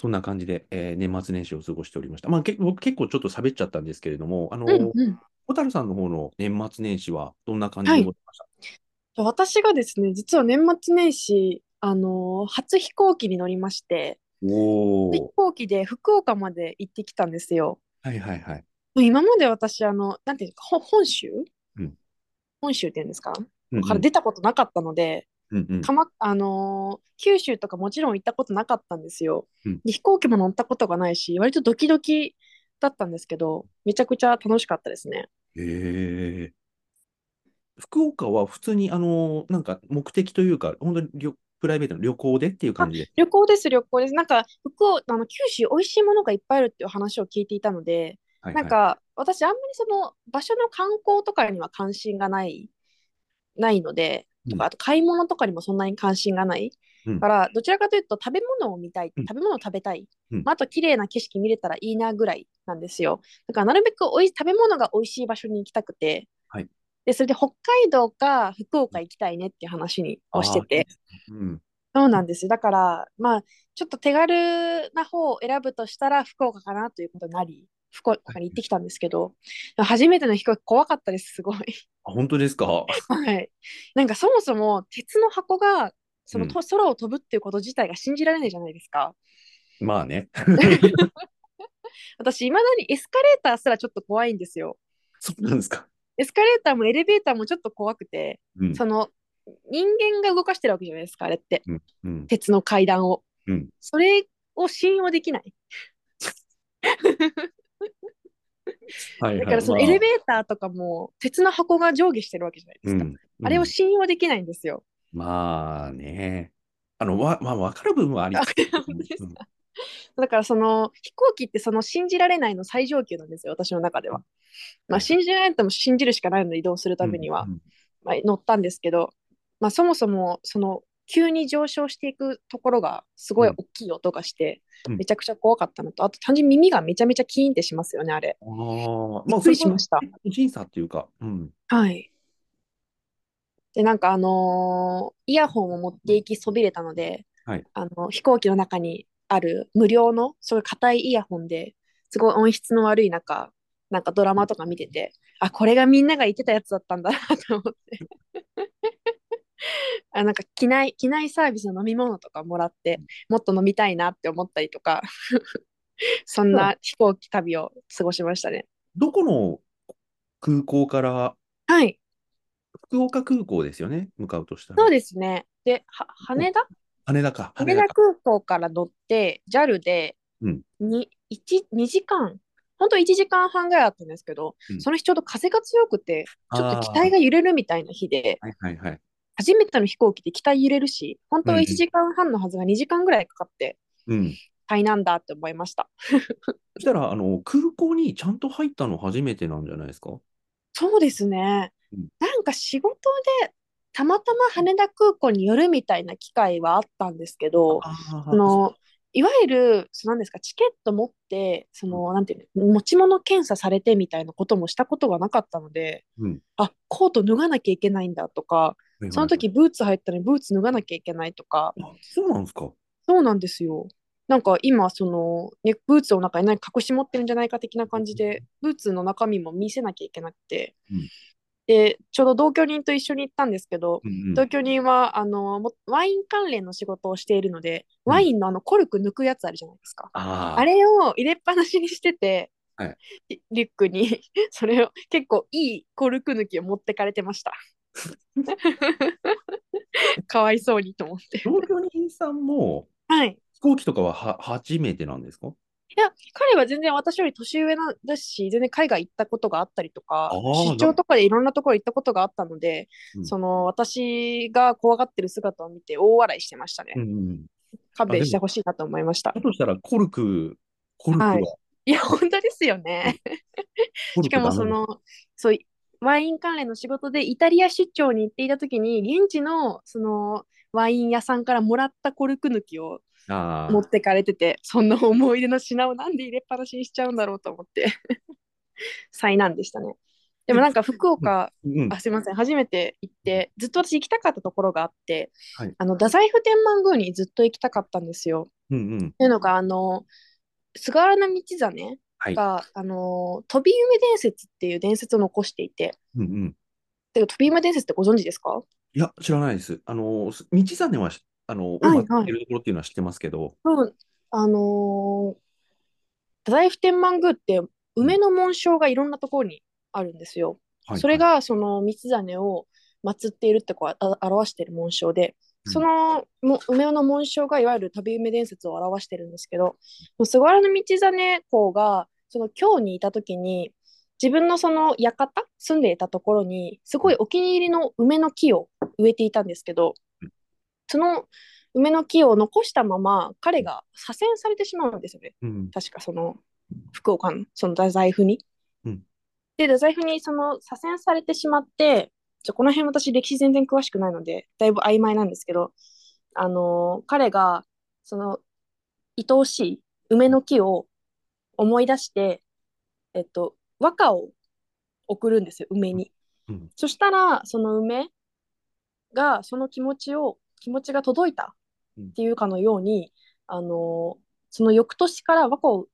Speaker 1: そんな感じで、えー年末年始を過ごしておりました。まあ、け僕結構ちょっと喋っちゃったんですけれども、あの、
Speaker 2: うんうん。
Speaker 1: 小樽さんの方の年末年始はどんな感じでございました
Speaker 2: 私がですね、実は年末年始、あのー初飛行機に乗りまして、
Speaker 1: お
Speaker 2: 飛
Speaker 1: ー。
Speaker 2: 行機で福岡まで行ってきたんですよ。
Speaker 1: はいはいはい。
Speaker 2: 今まで私、あの、なんていうか、ほ本州、
Speaker 1: うん
Speaker 2: 本州っていうんですか、
Speaker 1: うんうん
Speaker 2: から出たことなかったので、
Speaker 1: うんうん
Speaker 2: かま、あのー九州とかもちろん行ったことなかったんですよ。
Speaker 1: うん
Speaker 2: で飛行機も乗ったことがないし、割とドキドキだったんですけど、めちゃくちゃ楽しかったですね。
Speaker 1: へえ。福岡は普通に、あの、なんか目的というか、本当に旅プライベートの旅行でっていう感じで。
Speaker 2: 旅行です、旅行です。なんか、福岡、あの、九州、美味しいものがいっぱいあるっていう話を聞いていたので、
Speaker 1: はい
Speaker 2: なん
Speaker 1: はい、
Speaker 2: か私あんまりその場所の観光とかには関心がない、ないので、と
Speaker 1: うん
Speaker 2: かあと買い物とかにもそんなに関心がない。
Speaker 1: うん
Speaker 2: からどちらかというと食べ物を見たい、
Speaker 1: うん
Speaker 2: 食べ物を食べたい、
Speaker 1: うん
Speaker 2: まあ、あと綺麗な景色見れたらいいなぐらいなんですよ。だからなるべくおい食べ物が美味しい場所に行きたくて、
Speaker 1: はい
Speaker 2: でそれで北海道か福岡行きたいねっていう話にをしてて。
Speaker 1: うん。
Speaker 2: そうなんですよ。だから、まあ、ちょっと手軽な方を選ぶとしたら、福岡かなということになり、福岡に行ってきたんですけど、初めての飛行機怖かったです、すごい。
Speaker 1: あ、本当ですか。
Speaker 2: はい。なんかそもそも鉄の箱が、その
Speaker 1: うん
Speaker 2: と空を飛ぶっていうこと自体が信じられないじゃないですか。
Speaker 1: まあね。
Speaker 2: 私、いまだにエスカレーターすらちょっと怖いんですよ。
Speaker 1: そうなんですか。
Speaker 2: エスカレーターもエレベーターもちょっと怖くて、
Speaker 1: うん。
Speaker 2: その人間が動かしてるわけじゃないですか、あれって。
Speaker 1: うん、
Speaker 2: 鉄の階段を。
Speaker 1: うん
Speaker 2: それを信用できない。
Speaker 1: はいはい。
Speaker 2: だからそのエレベーターとかも鉄の箱が上下してるわけじゃないですか。
Speaker 1: うん
Speaker 2: あれ
Speaker 1: う
Speaker 2: を
Speaker 1: ん
Speaker 2: 信用できないんですよ。
Speaker 1: まあね。あの、わ、まあ、わかる部分はありつつ
Speaker 2: あ本当ですかだからその飛行機ってその信じられないの最上級なんですよ、私の中では。まあ、信じられても信じるしかないので移動するためには、。
Speaker 1: うん
Speaker 2: まあ、乗ったんですけど、まあ、そもそもその急に上昇していくところがすごい大きい音がして、
Speaker 1: うん
Speaker 2: めちゃくちゃ怖かったのと、あと単純に耳がめちゃめちゃキーンってしますよね、あれ。
Speaker 1: うんああ、
Speaker 2: び
Speaker 1: ま
Speaker 2: っ
Speaker 1: あ、
Speaker 2: くりしま
Speaker 1: し
Speaker 2: した。
Speaker 1: 個人差っていうか、うん。
Speaker 2: はい。で、なんかあのーイヤホンを持っていきそびれたので、
Speaker 1: はい
Speaker 2: あの飛行機の中にある無料のすごい硬いイヤホンですごい音質の悪い中、なんかドラマとか見てて、あ、これがみんなが言ってたやつだったんだなと思って。 あ、なんか機内、機内サービスの飲み物とかもらって、もっと飲みたいなって思ったりとか、 そんな飛行機旅を過ごしましたね。
Speaker 1: どこの空港から、
Speaker 2: はい。
Speaker 1: 福岡空港ですよね、向かうとしたら。
Speaker 2: そうですね。で、は羽田
Speaker 1: 羽田か、
Speaker 2: 羽
Speaker 1: か
Speaker 2: 田空港から乗って、JAL で
Speaker 1: うん
Speaker 2: に一2時間、本当1時間半ぐらいあったんですけど、
Speaker 1: うん
Speaker 2: その日ちょうど風が強くて、ちょっと機体
Speaker 1: が。
Speaker 2: が揺れるみたいな日で、
Speaker 1: はいはいはい。
Speaker 2: 初めての飛行機で機体揺れるし、本当は
Speaker 1: うん
Speaker 2: 1時間半のはずが2時間ぐらいかかって、
Speaker 1: うん。
Speaker 2: 大変なんだって思いました。
Speaker 1: そしたら、あの、空港にちゃんと入ったの初めてなんじゃないですか。
Speaker 2: そうですね
Speaker 1: うん。
Speaker 2: なんか仕事でたまたま羽田空港に寄るみたいな機会はあったんですけど、
Speaker 1: あ
Speaker 2: そのいわゆるそのなんですかチケット持ってそのなんていうの持ち物検査されてみたいなこともしたことがなかったので、
Speaker 1: うん
Speaker 2: あコート脱がなきゃいけないんだとか
Speaker 1: の
Speaker 2: その時ブーツ入ったのにブーツ脱がなきゃいけないとか
Speaker 1: あそうなんですか。
Speaker 2: そうなんですよなんか今その、ね、ブーツの中に何か隠し持ってるんじゃないか的な感じでブーツの中身も見せなきゃいけなくて、
Speaker 1: うん
Speaker 2: で、ちょうど同居人と一緒に行ったんですけど、
Speaker 1: うんうん
Speaker 2: 同居人は、あの、もワイン関連の仕事をしているので、ワインのあの、コルク抜くやつあるじゃないですか。
Speaker 1: あー
Speaker 2: あれを入れっぱなしにしてて、
Speaker 1: はい
Speaker 2: リュックに、 それを、結構いいコルク抜きを持ってかれてま した。かわいそうにと思って。
Speaker 1: 同居人さんも
Speaker 2: はい。
Speaker 1: 飛行機とかはは初めてなんですか
Speaker 2: いや、彼は全然私より年上なんだし、全然海外行ったことがあったりとか
Speaker 1: あ、ー
Speaker 2: 出張とかでいろんなところ行ったことがあったので、
Speaker 1: うん
Speaker 2: その私が怖がってる姿を見て大笑いしてましたね。
Speaker 1: んうん。
Speaker 2: 勘
Speaker 1: あで
Speaker 2: 弁
Speaker 1: も
Speaker 2: してほしいなと思いました
Speaker 1: だ。としたらコルク、コルクは、
Speaker 2: はいいや、本当ですよね。
Speaker 1: コルク
Speaker 2: しかも
Speaker 1: ダメ
Speaker 2: その、そう、ワイン関連の仕事でイタリア出張に行っていた時に、現地のそのワイン屋さんからもらったコルク抜きを
Speaker 1: あー
Speaker 2: 持ってかれてて、そんな思い出の品をなんで入れっぱなしにしちゃうんだろうと思って、 災難でしたね。でもなんか福岡、
Speaker 1: うん、
Speaker 2: あ、すいません、初めて行って、ずっと私行きたかったところがあって、
Speaker 1: はい
Speaker 2: あの、太宰府天満宮にずっと行きたかったんですよ。
Speaker 1: うんうん。
Speaker 2: というのが、あの、菅原道真
Speaker 1: はい
Speaker 2: が、あの、飛び梅伝説っていう伝説を残していて、
Speaker 1: うんうん。
Speaker 2: てか飛び梅伝説ってご存知ですか
Speaker 1: いや、知らないです。あの、す道真はし、あの、音
Speaker 2: はい
Speaker 1: 楽やってるところっていうのは知ってますけど、
Speaker 2: うん、あのー、太宰府天満宮って梅の紋章がいろんなところにあるんですよ。
Speaker 1: はい
Speaker 2: それ、がその道真を祀っているってこうあ表している紋章で、
Speaker 1: うん
Speaker 2: そのも梅の紋章がいわゆる旅梅伝説を表してるんですけど、菅原道真公がその京にいた時に自分のその館住んでいたところにすごいお気に入りの梅の木を植えていたんですけど
Speaker 1: うん、
Speaker 2: その梅の木を残したまま彼が左遷されてしまうんですよね。
Speaker 1: うん、
Speaker 2: 確かその福岡のその太宰府に。
Speaker 1: うん
Speaker 2: で太宰府にその左遷されてしまってちょこの辺私歴史全然詳しくないのでだいぶ曖昧なんですけど、あのー彼がその愛おしい梅の木を思い出して、えっと、和歌を送るんですよ梅に。
Speaker 1: うん
Speaker 2: そしたらその梅がその気持ちを気持ちが届いたっていうかのように、あのーその翌年から和歌を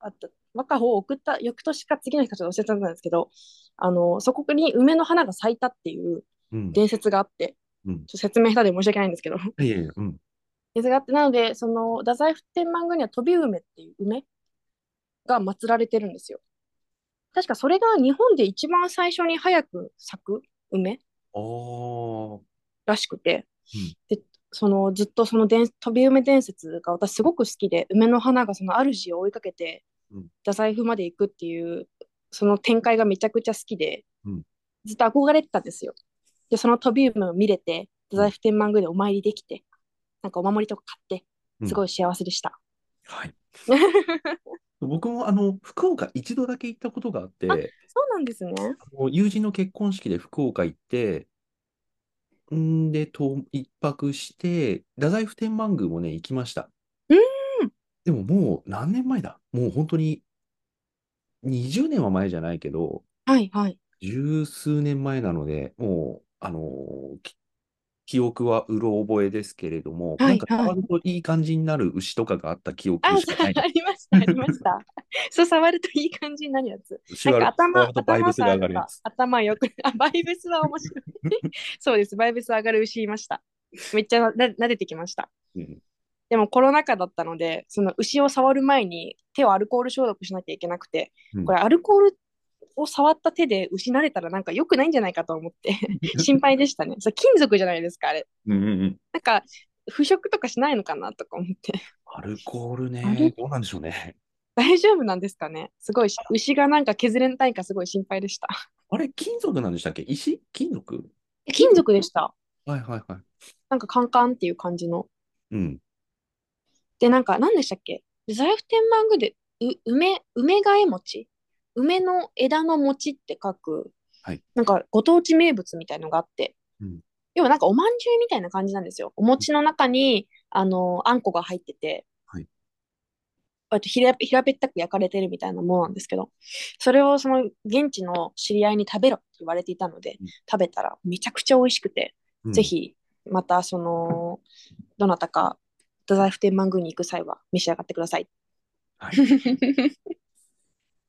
Speaker 2: あった和歌を送った翌年か次の日かちょっと忘れちゃったんですけどあのそこに梅の花が咲いたっていう
Speaker 1: うん。
Speaker 2: 伝説があって
Speaker 1: うん
Speaker 2: ちょっと説明したで申し訳ないんですけど 伝
Speaker 1: いやいや、うん。
Speaker 2: 説があってなのでその太宰府天満宮には飛び梅っていう梅が祀られてるんですよ。確かそれが日本で一番最初に早く咲く梅
Speaker 1: ああ、
Speaker 2: らしくて、
Speaker 1: うん
Speaker 2: でそのずっとその伝飛び梅伝説が私すごく好きで梅の花がその主を追いかけて
Speaker 1: うん
Speaker 2: 太宰府まで行くっていうその展開がめちゃくちゃ好きで、
Speaker 1: うん
Speaker 2: ずっと憧れてたんですよ。でその飛び梅を見れて太宰府天満宮でお参りできてなんかお守りとか買って
Speaker 1: うん
Speaker 2: すごい幸せでした。
Speaker 1: はい。僕も、あの、福岡一度だけ行ったことがあって、
Speaker 2: あそうなんですね。
Speaker 1: あの友人の結婚式で福岡行って、んで、と、一泊して、太宰府天満宮もね、行きました。
Speaker 2: う
Speaker 1: でももう何年前だもう本当に20年は前じゃないけど、
Speaker 2: はいはい。
Speaker 1: 十数年前なので、もう、あのーき記憶はうろ覚えですけれども、
Speaker 2: はい
Speaker 1: なんか
Speaker 2: はい
Speaker 1: 触るといい感じになる牛とかがあった記憶
Speaker 2: あ、
Speaker 1: しかない。
Speaker 2: ありました、ありました。 そう、触るといい感じになるやつ。
Speaker 1: 牛
Speaker 2: な
Speaker 1: は
Speaker 2: んか頭、
Speaker 1: 触るとバイブスが上がる
Speaker 2: 頭
Speaker 1: や
Speaker 2: さ
Speaker 1: つ。
Speaker 2: 頭よく、 あ、バイブスは面白い。 そうです、バイブス上がる牛いました。めっちゃな撫でてきました。
Speaker 1: うん
Speaker 2: でもコロナ禍だったので、その牛を触る前に手をアルコール消毒しなきゃいけなくて
Speaker 1: うん、
Speaker 2: これアルコールを触った手で牛慣れたらなんか良くないんじゃないかと思 って、心配でしたね。そう金属じゃないですか、あれ。
Speaker 1: うんうんうん。
Speaker 2: なんか腐食とかしないのかなとか思って。
Speaker 1: アルコール
Speaker 2: アル
Speaker 1: ね、どうなんでしょうね。
Speaker 2: 大丈夫なんですかねすごいし、牛がなんか削れないかすごい心配でした。
Speaker 1: あれ、金属なんでしたっけ石金属
Speaker 2: 金属でした。
Speaker 1: はいはいはい。
Speaker 2: なんかカンカンっていう感じの。
Speaker 1: うん。
Speaker 2: で、なんか、何でしたっけ太宰府天満宮で、う梅、梅替え餅梅の枝の餅って書く、
Speaker 1: はい
Speaker 2: なんかご当地名物みたいのがあって、
Speaker 1: うん
Speaker 2: 要はなんかおまんじゅうみたいな感じなんですよ。お餅の中に、あの、あんこが入ってて、
Speaker 1: はい
Speaker 2: 割と平平べったく焼かれてるみたいなものなんですけど、それをその現地の知り合いに食べろって言われていたので、
Speaker 1: うん
Speaker 2: 食べたらめちゃくちゃ美味しくて、
Speaker 1: うん
Speaker 2: ぜ。ひまたそのどなたか太宰府天満宮に行く際は召し上がってください。
Speaker 1: はい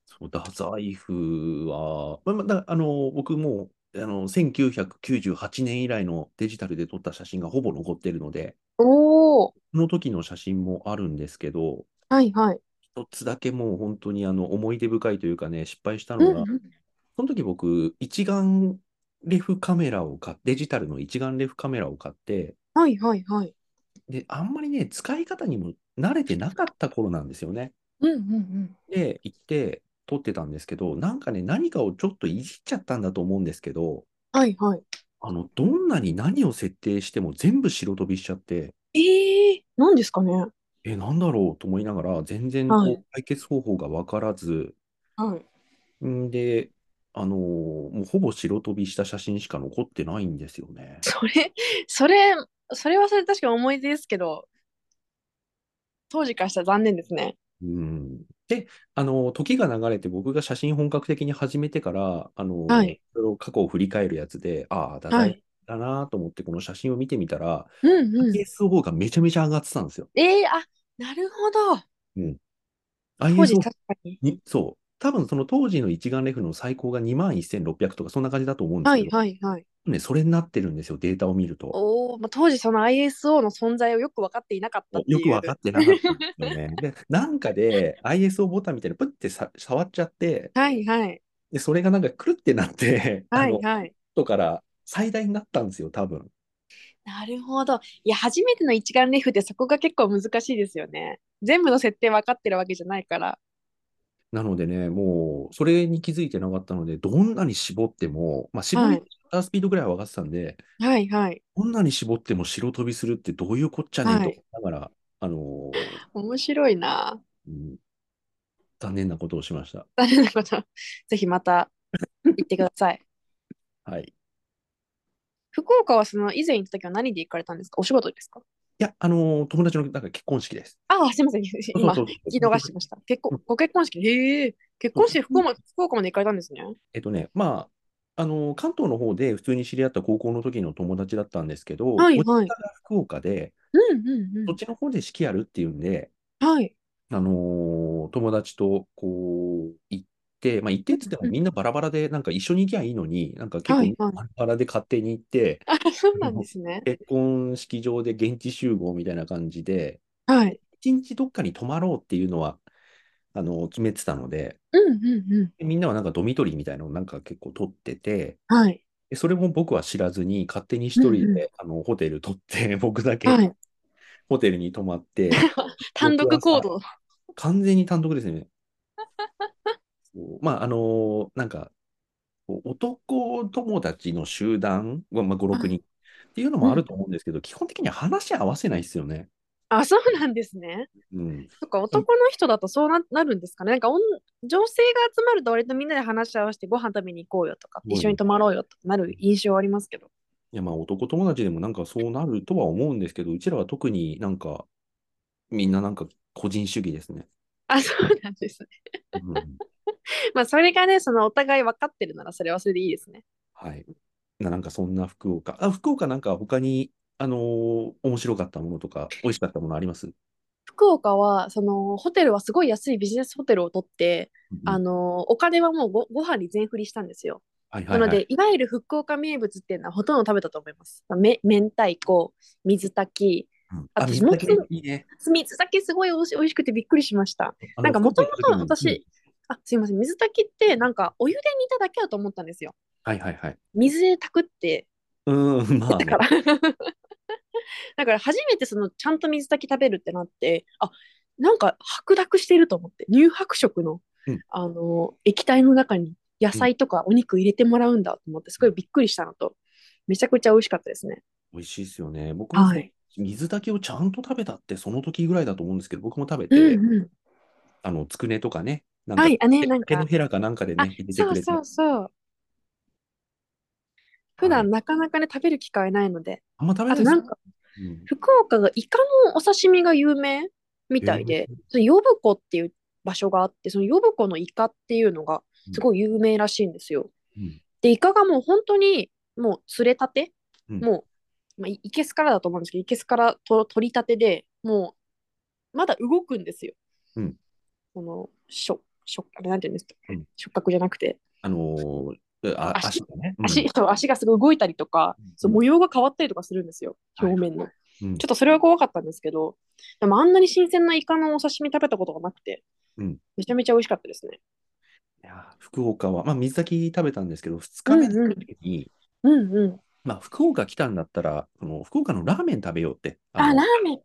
Speaker 1: そう、太宰府は、まあまあ、だあの、僕もあの、1998年以来のデジタルで撮った写真がほぼ残ってるので、
Speaker 2: おお。
Speaker 1: その時の写真もあるんですけど、
Speaker 2: はいはい。
Speaker 1: 一つだけもう本当にあの思い出深いというかね、失敗した
Speaker 2: う
Speaker 1: の
Speaker 2: ん
Speaker 1: が
Speaker 2: う、ん。
Speaker 1: その時僕、一眼レフカメラを買っデジタルの一眼レフカメラを買って、
Speaker 2: はいはいはい。
Speaker 1: で、あんまりね、使い方にも慣れてなかった頃なんですよね。
Speaker 2: うんうんうん。
Speaker 1: で、行って撮ってたんですけど、なんかね、何かをちょっといじっちゃったんだと思うんですけど、
Speaker 2: はいはい。
Speaker 1: あの、どんなに何を設定しても全部白飛びしちゃって、
Speaker 2: ええなんですかね。
Speaker 1: え、なんだろうと思いながら、全然こう
Speaker 2: はい
Speaker 1: 解決方法が分からず、
Speaker 2: はい。
Speaker 1: んで、あのーもうほぼ白飛びした写真しか残ってないんですよね。
Speaker 2: それ、それ、それはそれ確かに思い出ですけど、当時からしたら残念ですね。
Speaker 1: うん、で、あのー時が流れて僕が写真本格的に始めてから、あのー
Speaker 2: はい
Speaker 1: それを過去を振り返るやつで、ああ、だ
Speaker 2: は
Speaker 1: だ
Speaker 2: い。
Speaker 1: だなと思ってこの写真を見てみたら、
Speaker 2: うんうん。
Speaker 1: ISO がめちゃめちゃ上がってたんですよ。
Speaker 2: ええあ、なるほど。当時
Speaker 1: ISO
Speaker 2: 確かに。
Speaker 1: に、そう。多分その当時の一眼レフの最高が21,600とかそんな感じだと思うんです
Speaker 2: は
Speaker 1: け
Speaker 2: い
Speaker 1: ど、
Speaker 2: はいはい。
Speaker 1: ね、それになってるんですよ、データを見ると。
Speaker 2: おお、まあ、当時その ISO の存在をよく分かっていなかったってい
Speaker 1: よ
Speaker 2: う。
Speaker 1: く分かってなかったんですよね。で、なんかで ISO ボタンみたいなプッてさ触っちゃって、
Speaker 2: はいはい。
Speaker 1: で、それがなんかくるってなって、あ
Speaker 2: は
Speaker 1: の
Speaker 2: い、はい。
Speaker 1: 後から最大になったんですよ、多分。
Speaker 2: なるほど。いや、初めての一眼レフってそこが結構難しいですよね。全部の設定分かってるわけじゃないから。
Speaker 1: なのでね、もう、それに気づいてなかったので、どんなに絞っても、まあ、絞
Speaker 2: は
Speaker 1: り
Speaker 2: い。
Speaker 1: シャッタースピードぐらいは上がってたんで、
Speaker 2: はいはい。
Speaker 1: どんなに絞っても白飛びするってどういうこっちゃねんと
Speaker 2: は
Speaker 1: 思い
Speaker 2: い。
Speaker 1: ながら、あのー
Speaker 2: 面白いな。
Speaker 1: うん残念なことをしました。
Speaker 2: 誰のこと、 ぜひまた行ってください。
Speaker 1: はい。い
Speaker 2: 福岡はその以前行った時は何で行かれたんですかお仕事ですか
Speaker 1: や、あのー友達のなんか結婚式です。
Speaker 2: ああ、すいません。
Speaker 1: そう
Speaker 2: 今、
Speaker 1: そう
Speaker 2: 聞
Speaker 1: そう
Speaker 2: き逃してました。結婚、ご結婚式。へえ、結婚式で福岡福岡まで行かれたんですね。
Speaker 1: えっとね、まあ、あの、関東の方で普通に知り合った高校の時の友達だったんですけど、
Speaker 2: はい
Speaker 1: お
Speaker 2: はい
Speaker 1: 実家が福岡で、
Speaker 2: うんうんう
Speaker 1: そっ
Speaker 2: ん。
Speaker 1: ちの方で式やるっていうんで、
Speaker 2: はい。
Speaker 1: あのー友達とこう行って、まあ、行ってって言ってもみんなバラバラで、なんか一緒に行きゃいいのに、なんか結
Speaker 2: は
Speaker 1: 構
Speaker 2: いはい
Speaker 1: バラバラで勝手に行って、
Speaker 2: あ、そうなんですね。
Speaker 1: 結婚式場で現地集合みたいな感じで、
Speaker 2: はい。
Speaker 1: 一日どっかに泊まろうっていうのは、あの、決めてたので、
Speaker 2: うんうんうん。
Speaker 1: みんなはなんかドミトリーみたいなのをなんか結構取ってて、
Speaker 2: はい。
Speaker 1: でそれも僕は知らずに、勝手に一人で、
Speaker 2: うんうん
Speaker 1: あのホテル取って、 僕だけ
Speaker 2: はい。
Speaker 1: ホテルに泊まって、
Speaker 2: 単独行動。
Speaker 1: 完全に単独ですね。そうまあ、あのなんか、こう男友達の集団は、まあ、5、6人っていうのもあると思うんですけど、基本的には話し合わせないですよね。
Speaker 2: あ、そうなんですね。
Speaker 1: うん、
Speaker 2: そっか、男の人だとそうな、なるんですかね。なんかおん、女性が集まると割とみんなで話し合わせてご飯食べに行こうよとか、
Speaker 1: うん
Speaker 2: 一緒に泊まろうよとかなる印象ありますけど。
Speaker 1: いや、まあ、男友達でもなんかそうなるとは思うんですけど、うちらは特になんか、みんななんか個人主義ですね。
Speaker 2: あ、そうなんですね。
Speaker 1: うん
Speaker 2: まあ、それがね、そのお互い分かってるならそれはそれでいいですね。
Speaker 1: はい。ななんかそんな福岡。あ、福岡なんか他に、あのー面白かったものとか、美味しかったものあります
Speaker 2: 福岡は、その、ホテルはすごい安いビジネスホテルを取って、あの、お金はもうご、ご飯に全振りしたんですよ。
Speaker 1: はいは
Speaker 2: ないの
Speaker 1: はい。
Speaker 2: で、いわゆる福岡名物っていうのはほとんど食べたと思います。め、明太子、水炊き。
Speaker 1: うん
Speaker 2: あ
Speaker 1: あ、
Speaker 2: 私
Speaker 1: 水炊き
Speaker 2: もう
Speaker 1: いいね。
Speaker 2: 水炊きすごいおいし美味しくてびっくりしました。
Speaker 1: あの
Speaker 2: なんかもともと
Speaker 1: 福岡行った時もうん
Speaker 2: 私、あ、すいません、水炊きってなんかお湯で煮ただけだと思ったんですよ。
Speaker 1: はいはいはい。
Speaker 2: 水で炊くって
Speaker 1: うーん、まあ
Speaker 2: だ
Speaker 1: ね
Speaker 2: から。 だから初めてそのちゃんと水炊き食べるってなって、あ、なんか白濁してると思って、乳白色の、
Speaker 1: うん
Speaker 2: あの液体の中に野菜とかお肉入れてもらうんだと思って、すごいびっくりしたのと、めちゃくちゃ美味しかったですね。
Speaker 1: 美味しいですよね。僕もそ
Speaker 2: は
Speaker 1: う
Speaker 2: い。
Speaker 1: 水炊きをちゃんと食べたって、その時ぐらいだと思うんですけど、僕も食べ
Speaker 2: う
Speaker 1: て、
Speaker 2: んうん。
Speaker 1: あの、つくねとかね、なんか、
Speaker 2: はい、あね、なん
Speaker 1: 竹の
Speaker 2: か、
Speaker 1: ヘラかなんかで
Speaker 2: あ
Speaker 1: ね、入れて
Speaker 2: そ
Speaker 1: く
Speaker 2: う
Speaker 1: れて。
Speaker 2: そうそう。普
Speaker 1: は
Speaker 2: 段
Speaker 1: い
Speaker 2: なかなかね、食べる機会ないので。
Speaker 1: あんま食べな
Speaker 2: あ
Speaker 1: い
Speaker 2: と
Speaker 1: で
Speaker 2: な
Speaker 1: す
Speaker 2: んか、福岡がイカのお刺身が有名みたいで、その呼子っていう場所があって、その呼子のイカっていうのがすごい有名らしいんですよ。
Speaker 1: うん
Speaker 2: で、イカがもう本当にもう釣れたて、
Speaker 1: うん
Speaker 2: もう、まあ、いいけすからだと思うんですけど、いけすからと取りたてでもうまだ動くんですよ。
Speaker 1: うん
Speaker 2: その、しょ、しょ、あれなんて言うんですか、
Speaker 1: うん
Speaker 2: 触覚じゃなくて。
Speaker 1: あのーうあ
Speaker 2: 足
Speaker 1: 足がね。うん
Speaker 2: 足、そう足がすごい動いたりとか、そう模様が変わったりとかするんですよ、
Speaker 1: はい
Speaker 2: 表面の。
Speaker 1: うん
Speaker 2: ちょっとそれは怖かったんですけど、でもあんなに新鮮なイカのお刺身食べたことがなくて、
Speaker 1: うん
Speaker 2: めちゃめちゃ美味しかったですね。
Speaker 1: いや福岡は、まあ、水炊き食べたんですけど、2日目の時に、
Speaker 2: うんうん。
Speaker 1: まあ、福岡来たんだったら、その福岡のラーメン食べようって、
Speaker 2: あ、
Speaker 1: の
Speaker 2: ラーメン。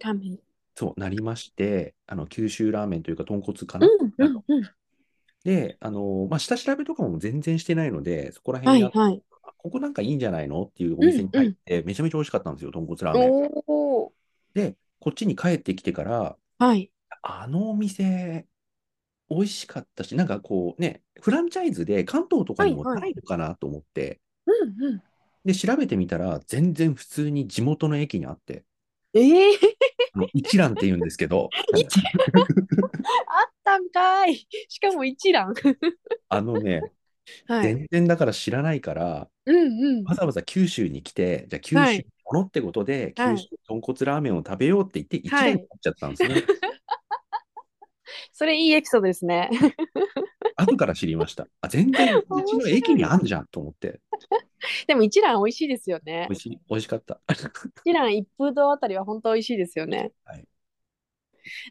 Speaker 2: ラーメン。
Speaker 1: そうなりまして、あの九州ラーメンというか、豚骨かな。
Speaker 2: うんうんうん。
Speaker 1: で、あのまあ、下調べとかも全然してないので、そこら
Speaker 2: は
Speaker 1: 辺
Speaker 2: い
Speaker 1: が、
Speaker 2: はい。
Speaker 1: あここなんかいいんじゃないのっていうお店に入って、めちゃめちゃ美味しかったんですよ、豚骨ラーメン。
Speaker 2: おお。
Speaker 1: で、こっちに帰ってきてから、
Speaker 2: はい。
Speaker 1: あのお店、美味しかったし、なんかこうね、フランチャイズで関東とかにも
Speaker 2: はいはい
Speaker 1: ないのかなと思って、
Speaker 2: うんうん。
Speaker 1: で、調べてみたら、全然普通に地元の駅にあって、
Speaker 2: ええ
Speaker 1: あの一蘭って言うんですけ ど、
Speaker 2: あったんかい。しかも一覧。
Speaker 1: あのね、
Speaker 2: はい。
Speaker 1: 全然だから知らないから、
Speaker 2: うんうん。
Speaker 1: わざわざ九州に来て、じゃあ九
Speaker 2: は
Speaker 1: 州
Speaker 2: い
Speaker 1: に来ろってことで、
Speaker 2: はい
Speaker 1: 九州豚骨ラーメンを食べようって言って、一
Speaker 2: はい
Speaker 1: 蘭になっちゃったんですね。
Speaker 2: それいいエピソードですね。
Speaker 1: 後から知りました。あ、全然、うちの駅にあんじゃんと思って、
Speaker 2: でも一覧美味しいですよね
Speaker 1: 美。味しい、美味しかった。
Speaker 2: 一蘭一風堂あたりは本当美味しいですよね。
Speaker 1: はい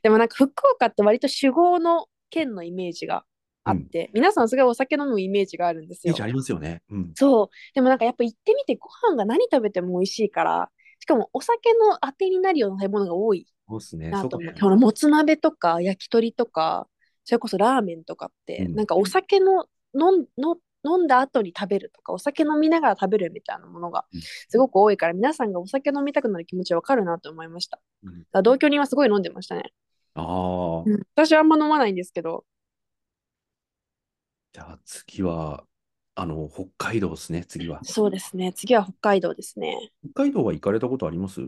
Speaker 2: でもなんか福岡って割と酒豪の県のイメージがあって、皆さんすごいお酒飲むイメージがあるんです
Speaker 1: イメー
Speaker 2: よ
Speaker 1: ジ。ありますよね。うん。
Speaker 2: そう。でもなんかやっぱ行ってみてご飯が何食べても美味しいから、しかもお酒のあてになるような食べ物が多い
Speaker 1: そうですね。
Speaker 2: な
Speaker 1: そ
Speaker 2: と
Speaker 1: こ
Speaker 2: 思
Speaker 1: ね
Speaker 2: って、このもつ鍋とか焼き鳥とか、それこそラーメンとかって、
Speaker 1: うん
Speaker 2: なんかお酒の飲んの飲んだ後に食べるとか、お酒飲みながら食べるみたいなものが
Speaker 1: うん
Speaker 2: すごく多いから、皆さんがお酒飲みたくなる気持ちわかるなと思いました。
Speaker 1: うん
Speaker 2: だから同居人はすごい飲んでましたね。
Speaker 1: ああ、
Speaker 2: 私はあんま飲まないんですけど、
Speaker 1: じゃあ次は、あの、北海道ですね、次は。
Speaker 2: そうですね。次は北海道ですね。
Speaker 1: 北海道は行かれたことあります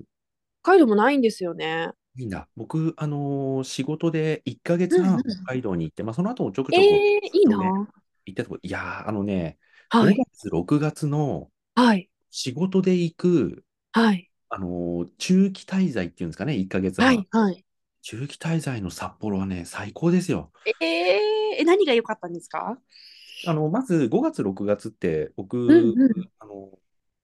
Speaker 2: 北海道もないんですよね。
Speaker 1: いいな。僕、あのー仕事で1ヶ月半
Speaker 2: うんうん
Speaker 1: 北海道に行って、まあ、その後もちょくち
Speaker 2: え
Speaker 1: ょ
Speaker 2: ー
Speaker 1: く、
Speaker 2: いいな。
Speaker 1: 行ったとこ、いやー、あのね、
Speaker 2: はい
Speaker 1: 5。月、6月の
Speaker 2: はい。
Speaker 1: 仕事で行く、
Speaker 2: はい。
Speaker 1: あのー中期滞在っていうんですかね、1ヶ月
Speaker 2: は
Speaker 1: 半。
Speaker 2: い。はい。
Speaker 1: 中期滞在の札幌はね、最高ですよ。
Speaker 2: えー、え、何が良かったんですか
Speaker 1: あの、まず5月、6月って、僕、
Speaker 2: んうん
Speaker 1: あの、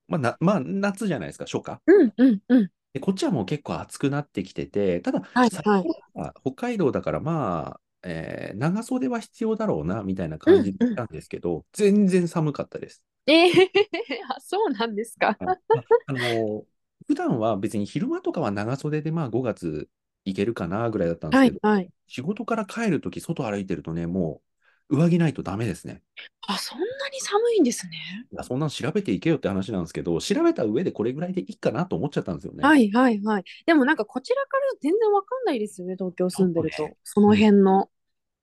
Speaker 1: まあ、な、まあ、夏じゃないですか、初夏。
Speaker 2: うんうんうん。
Speaker 1: で、こっちはもう結構暑くなってきてて、ただ、
Speaker 2: はい
Speaker 1: 札
Speaker 2: はい
Speaker 1: 幌は北海道だから、まあ、えー長袖は必要だろうな、みたいな
Speaker 2: うん
Speaker 1: 感じでしたんですけど、全然寒かったです。
Speaker 2: えー、 あ、そうなんですか。
Speaker 1: はいあの、普段は別に昼間とかは長袖で、まあ、5月行けるかな、ぐらいだったんです
Speaker 2: は
Speaker 1: け
Speaker 2: い
Speaker 1: ど、
Speaker 2: はい。
Speaker 1: 仕事から帰るとき、外歩いてるとね、もう、上着ないとダメですね。
Speaker 2: あ、そんなに寒いんですね。
Speaker 1: いや、そんなの調べていけよって話なんですけど、調べた上でこれぐらいでいいかなと思っちゃったんですよね。
Speaker 2: はいはいはい。でもなんかこちらから全然わかんないですよね、東京住んでる
Speaker 1: そう
Speaker 2: と
Speaker 1: ね。
Speaker 2: その辺の。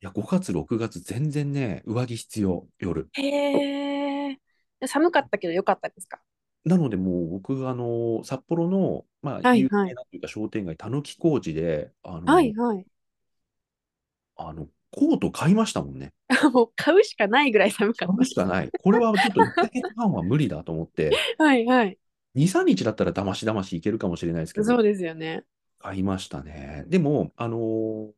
Speaker 1: いや、5月、6月、全然ね、上着必要、夜。
Speaker 2: へえ。寒かったけど良かったですか
Speaker 1: なので、もう僕、あの、札幌の、まあ、
Speaker 2: はい
Speaker 1: 有
Speaker 2: はい
Speaker 1: 名なというか、商店街、たぬき工事で、あの、
Speaker 2: はいはい。
Speaker 1: あの、コート買いましたもんね。
Speaker 2: もう買うしかないぐらい寒か
Speaker 1: 買
Speaker 2: っ
Speaker 1: うしかない。これはちょっと1ヶ月半は無理だと思って、
Speaker 2: た。はいはい。
Speaker 1: 2、3日だったらだましだましいけるかもしれないですけ
Speaker 2: そ
Speaker 1: ど
Speaker 2: う、ですよね。
Speaker 1: 買いましたね。でも、あの、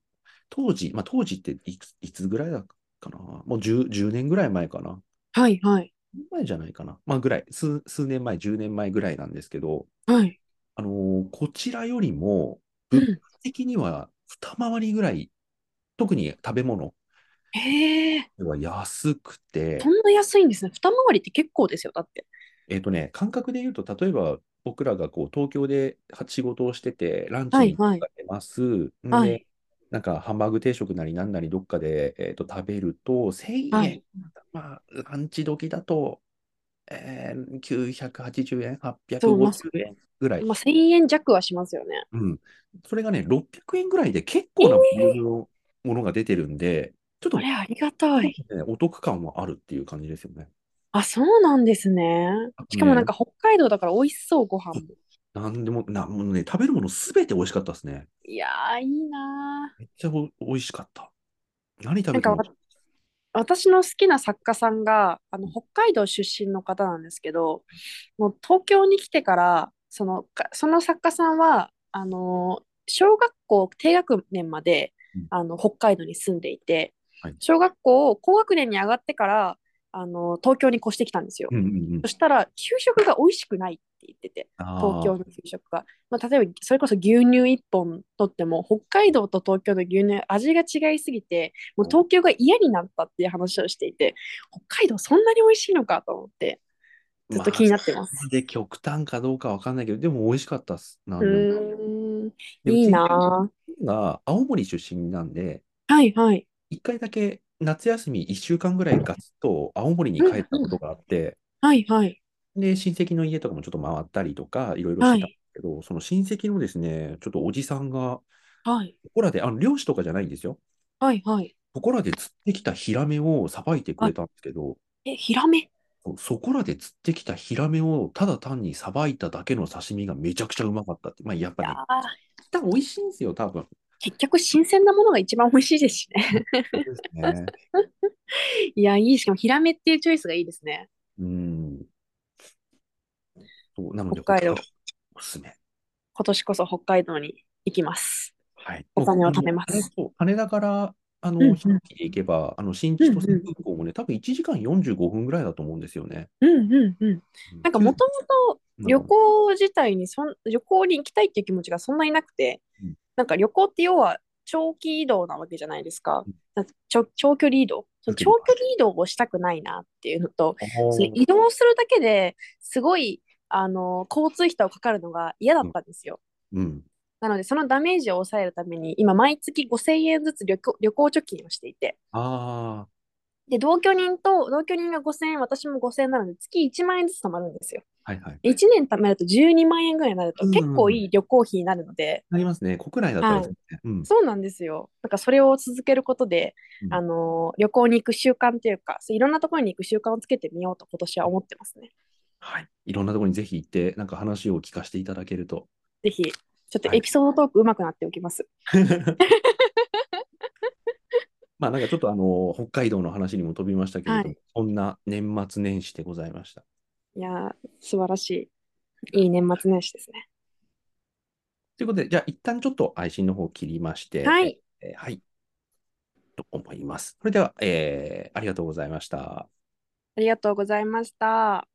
Speaker 1: 当時、まあ、当時っていくいつぐらいだかな。もう 10, 10年ぐらい前かな。
Speaker 2: はいはい。
Speaker 1: 前じゃないかな。まあ、ぐらい、数、数年前、10年前ぐらいなんですけど、
Speaker 2: はい。
Speaker 1: あのーこちらよりも、
Speaker 2: う
Speaker 1: 物
Speaker 2: ん
Speaker 1: 価的には二回りぐらい、特に食べ物
Speaker 2: へえ。
Speaker 1: は安くて
Speaker 2: そ、んな安いんですね。二回りって結構ですよ、だって。
Speaker 1: えっとね、感覚で言うと、例えば僕らがこう東京では仕事をしてて、ランチ
Speaker 2: は
Speaker 1: に
Speaker 2: い
Speaker 1: どっ
Speaker 2: はい
Speaker 1: か出ます。ん
Speaker 2: は
Speaker 1: で
Speaker 2: い、
Speaker 1: なんかハンバーグ定食なりなんなりどっかで、えっと、食べると、1000
Speaker 2: は
Speaker 1: 円
Speaker 2: い、
Speaker 1: まあ、ランチ時だと、えー、980円、
Speaker 2: そうまあ
Speaker 1: 850円ぐらい。
Speaker 2: まあ、1000円弱はしますよね。
Speaker 1: うん。それがね、600円ぐらいで結構なボリュームのものが出てるんで、ちょっと
Speaker 2: あれ、ありがたい。
Speaker 1: ねお得感もあるっていう感じですよね。
Speaker 2: あ、そうなんですね。しかもなんか北海道だから美味しそう、ご飯も。
Speaker 1: なんでも、なんもうね、食べるものすべて美味しかったですね。
Speaker 2: いやー、いいなー
Speaker 1: めっちゃお美味しかった。何食
Speaker 2: な
Speaker 1: べ
Speaker 2: ん
Speaker 1: て
Speaker 2: か
Speaker 1: も
Speaker 2: わ私の好きな作家さんがあの北海道出身の方なんですけど、もう東京に来てから、そのかその作家さんは、あのー小学校低学年まで
Speaker 1: うん
Speaker 2: あの北海道に住んでいて
Speaker 1: はい、
Speaker 2: 小学校高学年に上がってから、あの東京に越してきたんですよ。
Speaker 1: うんうんうん
Speaker 2: そしたら給食が美味しくないって言ってて
Speaker 1: あー
Speaker 2: 東京の給食が、まあ、例えばそれこそ牛乳1本とっても北海道と東京の牛乳味が違いすぎてもう東京が嫌になったっていう話をしていて北海道そんなに美味しいのかと思ってずっと気になってます。
Speaker 1: まあで極端かどうかわかんないけど、でも美味しかったっす。なん
Speaker 2: う
Speaker 1: でも
Speaker 2: ーん
Speaker 1: でも
Speaker 2: いいな
Speaker 1: が青森出身なんで、
Speaker 2: ぁはいはい。
Speaker 1: 一回だけ夏休み1週間ぐらいガツッと青森に帰ったことがあって、
Speaker 2: はいはい。
Speaker 1: で、親戚の家とかもちょっと回ったりとか、いろいろしてたんですけど、その親戚のですね、ちょっとおじさんが、
Speaker 2: はい
Speaker 1: ここらで、あの漁師とかじゃないんですよ。
Speaker 2: はいはい。
Speaker 1: ここらで釣ってきたヒラメをさばいてくれたんですけど、
Speaker 2: え、ヒラメ
Speaker 1: そこらで釣ってきたヒラメをただ単にさばいただけの刺身がめちゃくちゃうまかったって、まあやっぱ
Speaker 2: い
Speaker 1: ね
Speaker 2: やー、
Speaker 1: 一旦美味しいんですよ、多分。
Speaker 2: 結局新鮮なものが一番美味しいですしね。
Speaker 1: そうですね。
Speaker 2: いや、いい。しかもヒラメっていうチョイスがいいですね。
Speaker 1: うん。そうなので、
Speaker 2: 北海道
Speaker 1: おすすめ。
Speaker 2: 今年こそ北海道に行きます。
Speaker 1: はい。
Speaker 2: お金を貯めます
Speaker 1: もう。そう羽田から、あの、
Speaker 2: うん
Speaker 1: 飛行機で行けば、あの、新千歳空港もね、多分1時間45分ぐらいだと思うんですよね。
Speaker 2: うんうんうん。なんかもともと
Speaker 1: うん
Speaker 2: 旅行自体にそん、旅行に行きたいっていう気持ちがそんなになくて
Speaker 1: うん、
Speaker 2: なんか旅行って要は長期移動なわけじゃないですか
Speaker 1: うん。
Speaker 2: なんか長長距離移動。その長
Speaker 1: 長
Speaker 2: 距離移動をしたくないなっていうのと、
Speaker 1: あー
Speaker 2: その移動するだけですごい、あの、交通費とかかかるのが嫌だったんですよ。
Speaker 1: うん。
Speaker 2: なので、そのダメージを抑えるために、今、毎月5000円ずつ旅行旅行貯金をしていて、
Speaker 1: ああ、
Speaker 2: で、同居人と、同居人が5000円、私も5000円なので、月1万円ずつ貯まるんですよ。
Speaker 1: はいはい。
Speaker 2: 1年貯めると12万円ぐらいになると、
Speaker 1: うん
Speaker 2: 結構いい旅行費になるので、
Speaker 1: なりますね。国内だったらですね。うん。
Speaker 2: そうなんですよ。なんか、それを続けることで、
Speaker 1: うん
Speaker 2: あのー旅行に行く習慣というか、そういろんなところに行く習慣をつけてみようと、今年は思ってますね。
Speaker 1: はい。いろんなところにぜひ行って、なんか話を聞かせていただけると。
Speaker 2: ぜひ、ちょっと
Speaker 1: はい
Speaker 2: エピソードトーク上手くなっておきます。
Speaker 1: まあなんかちょっとあの、北海道の話にも飛びましたけれども、
Speaker 2: は
Speaker 1: そんな年末年始でございました。
Speaker 2: いやー、素晴らしい。いい年末年始ですね。
Speaker 1: ということで、じゃあ一旦ちょっと配信の方を切りまして、
Speaker 2: はい。
Speaker 1: えーはい。と思います。それでは、えーありがとうございました。
Speaker 2: ありがとうございました。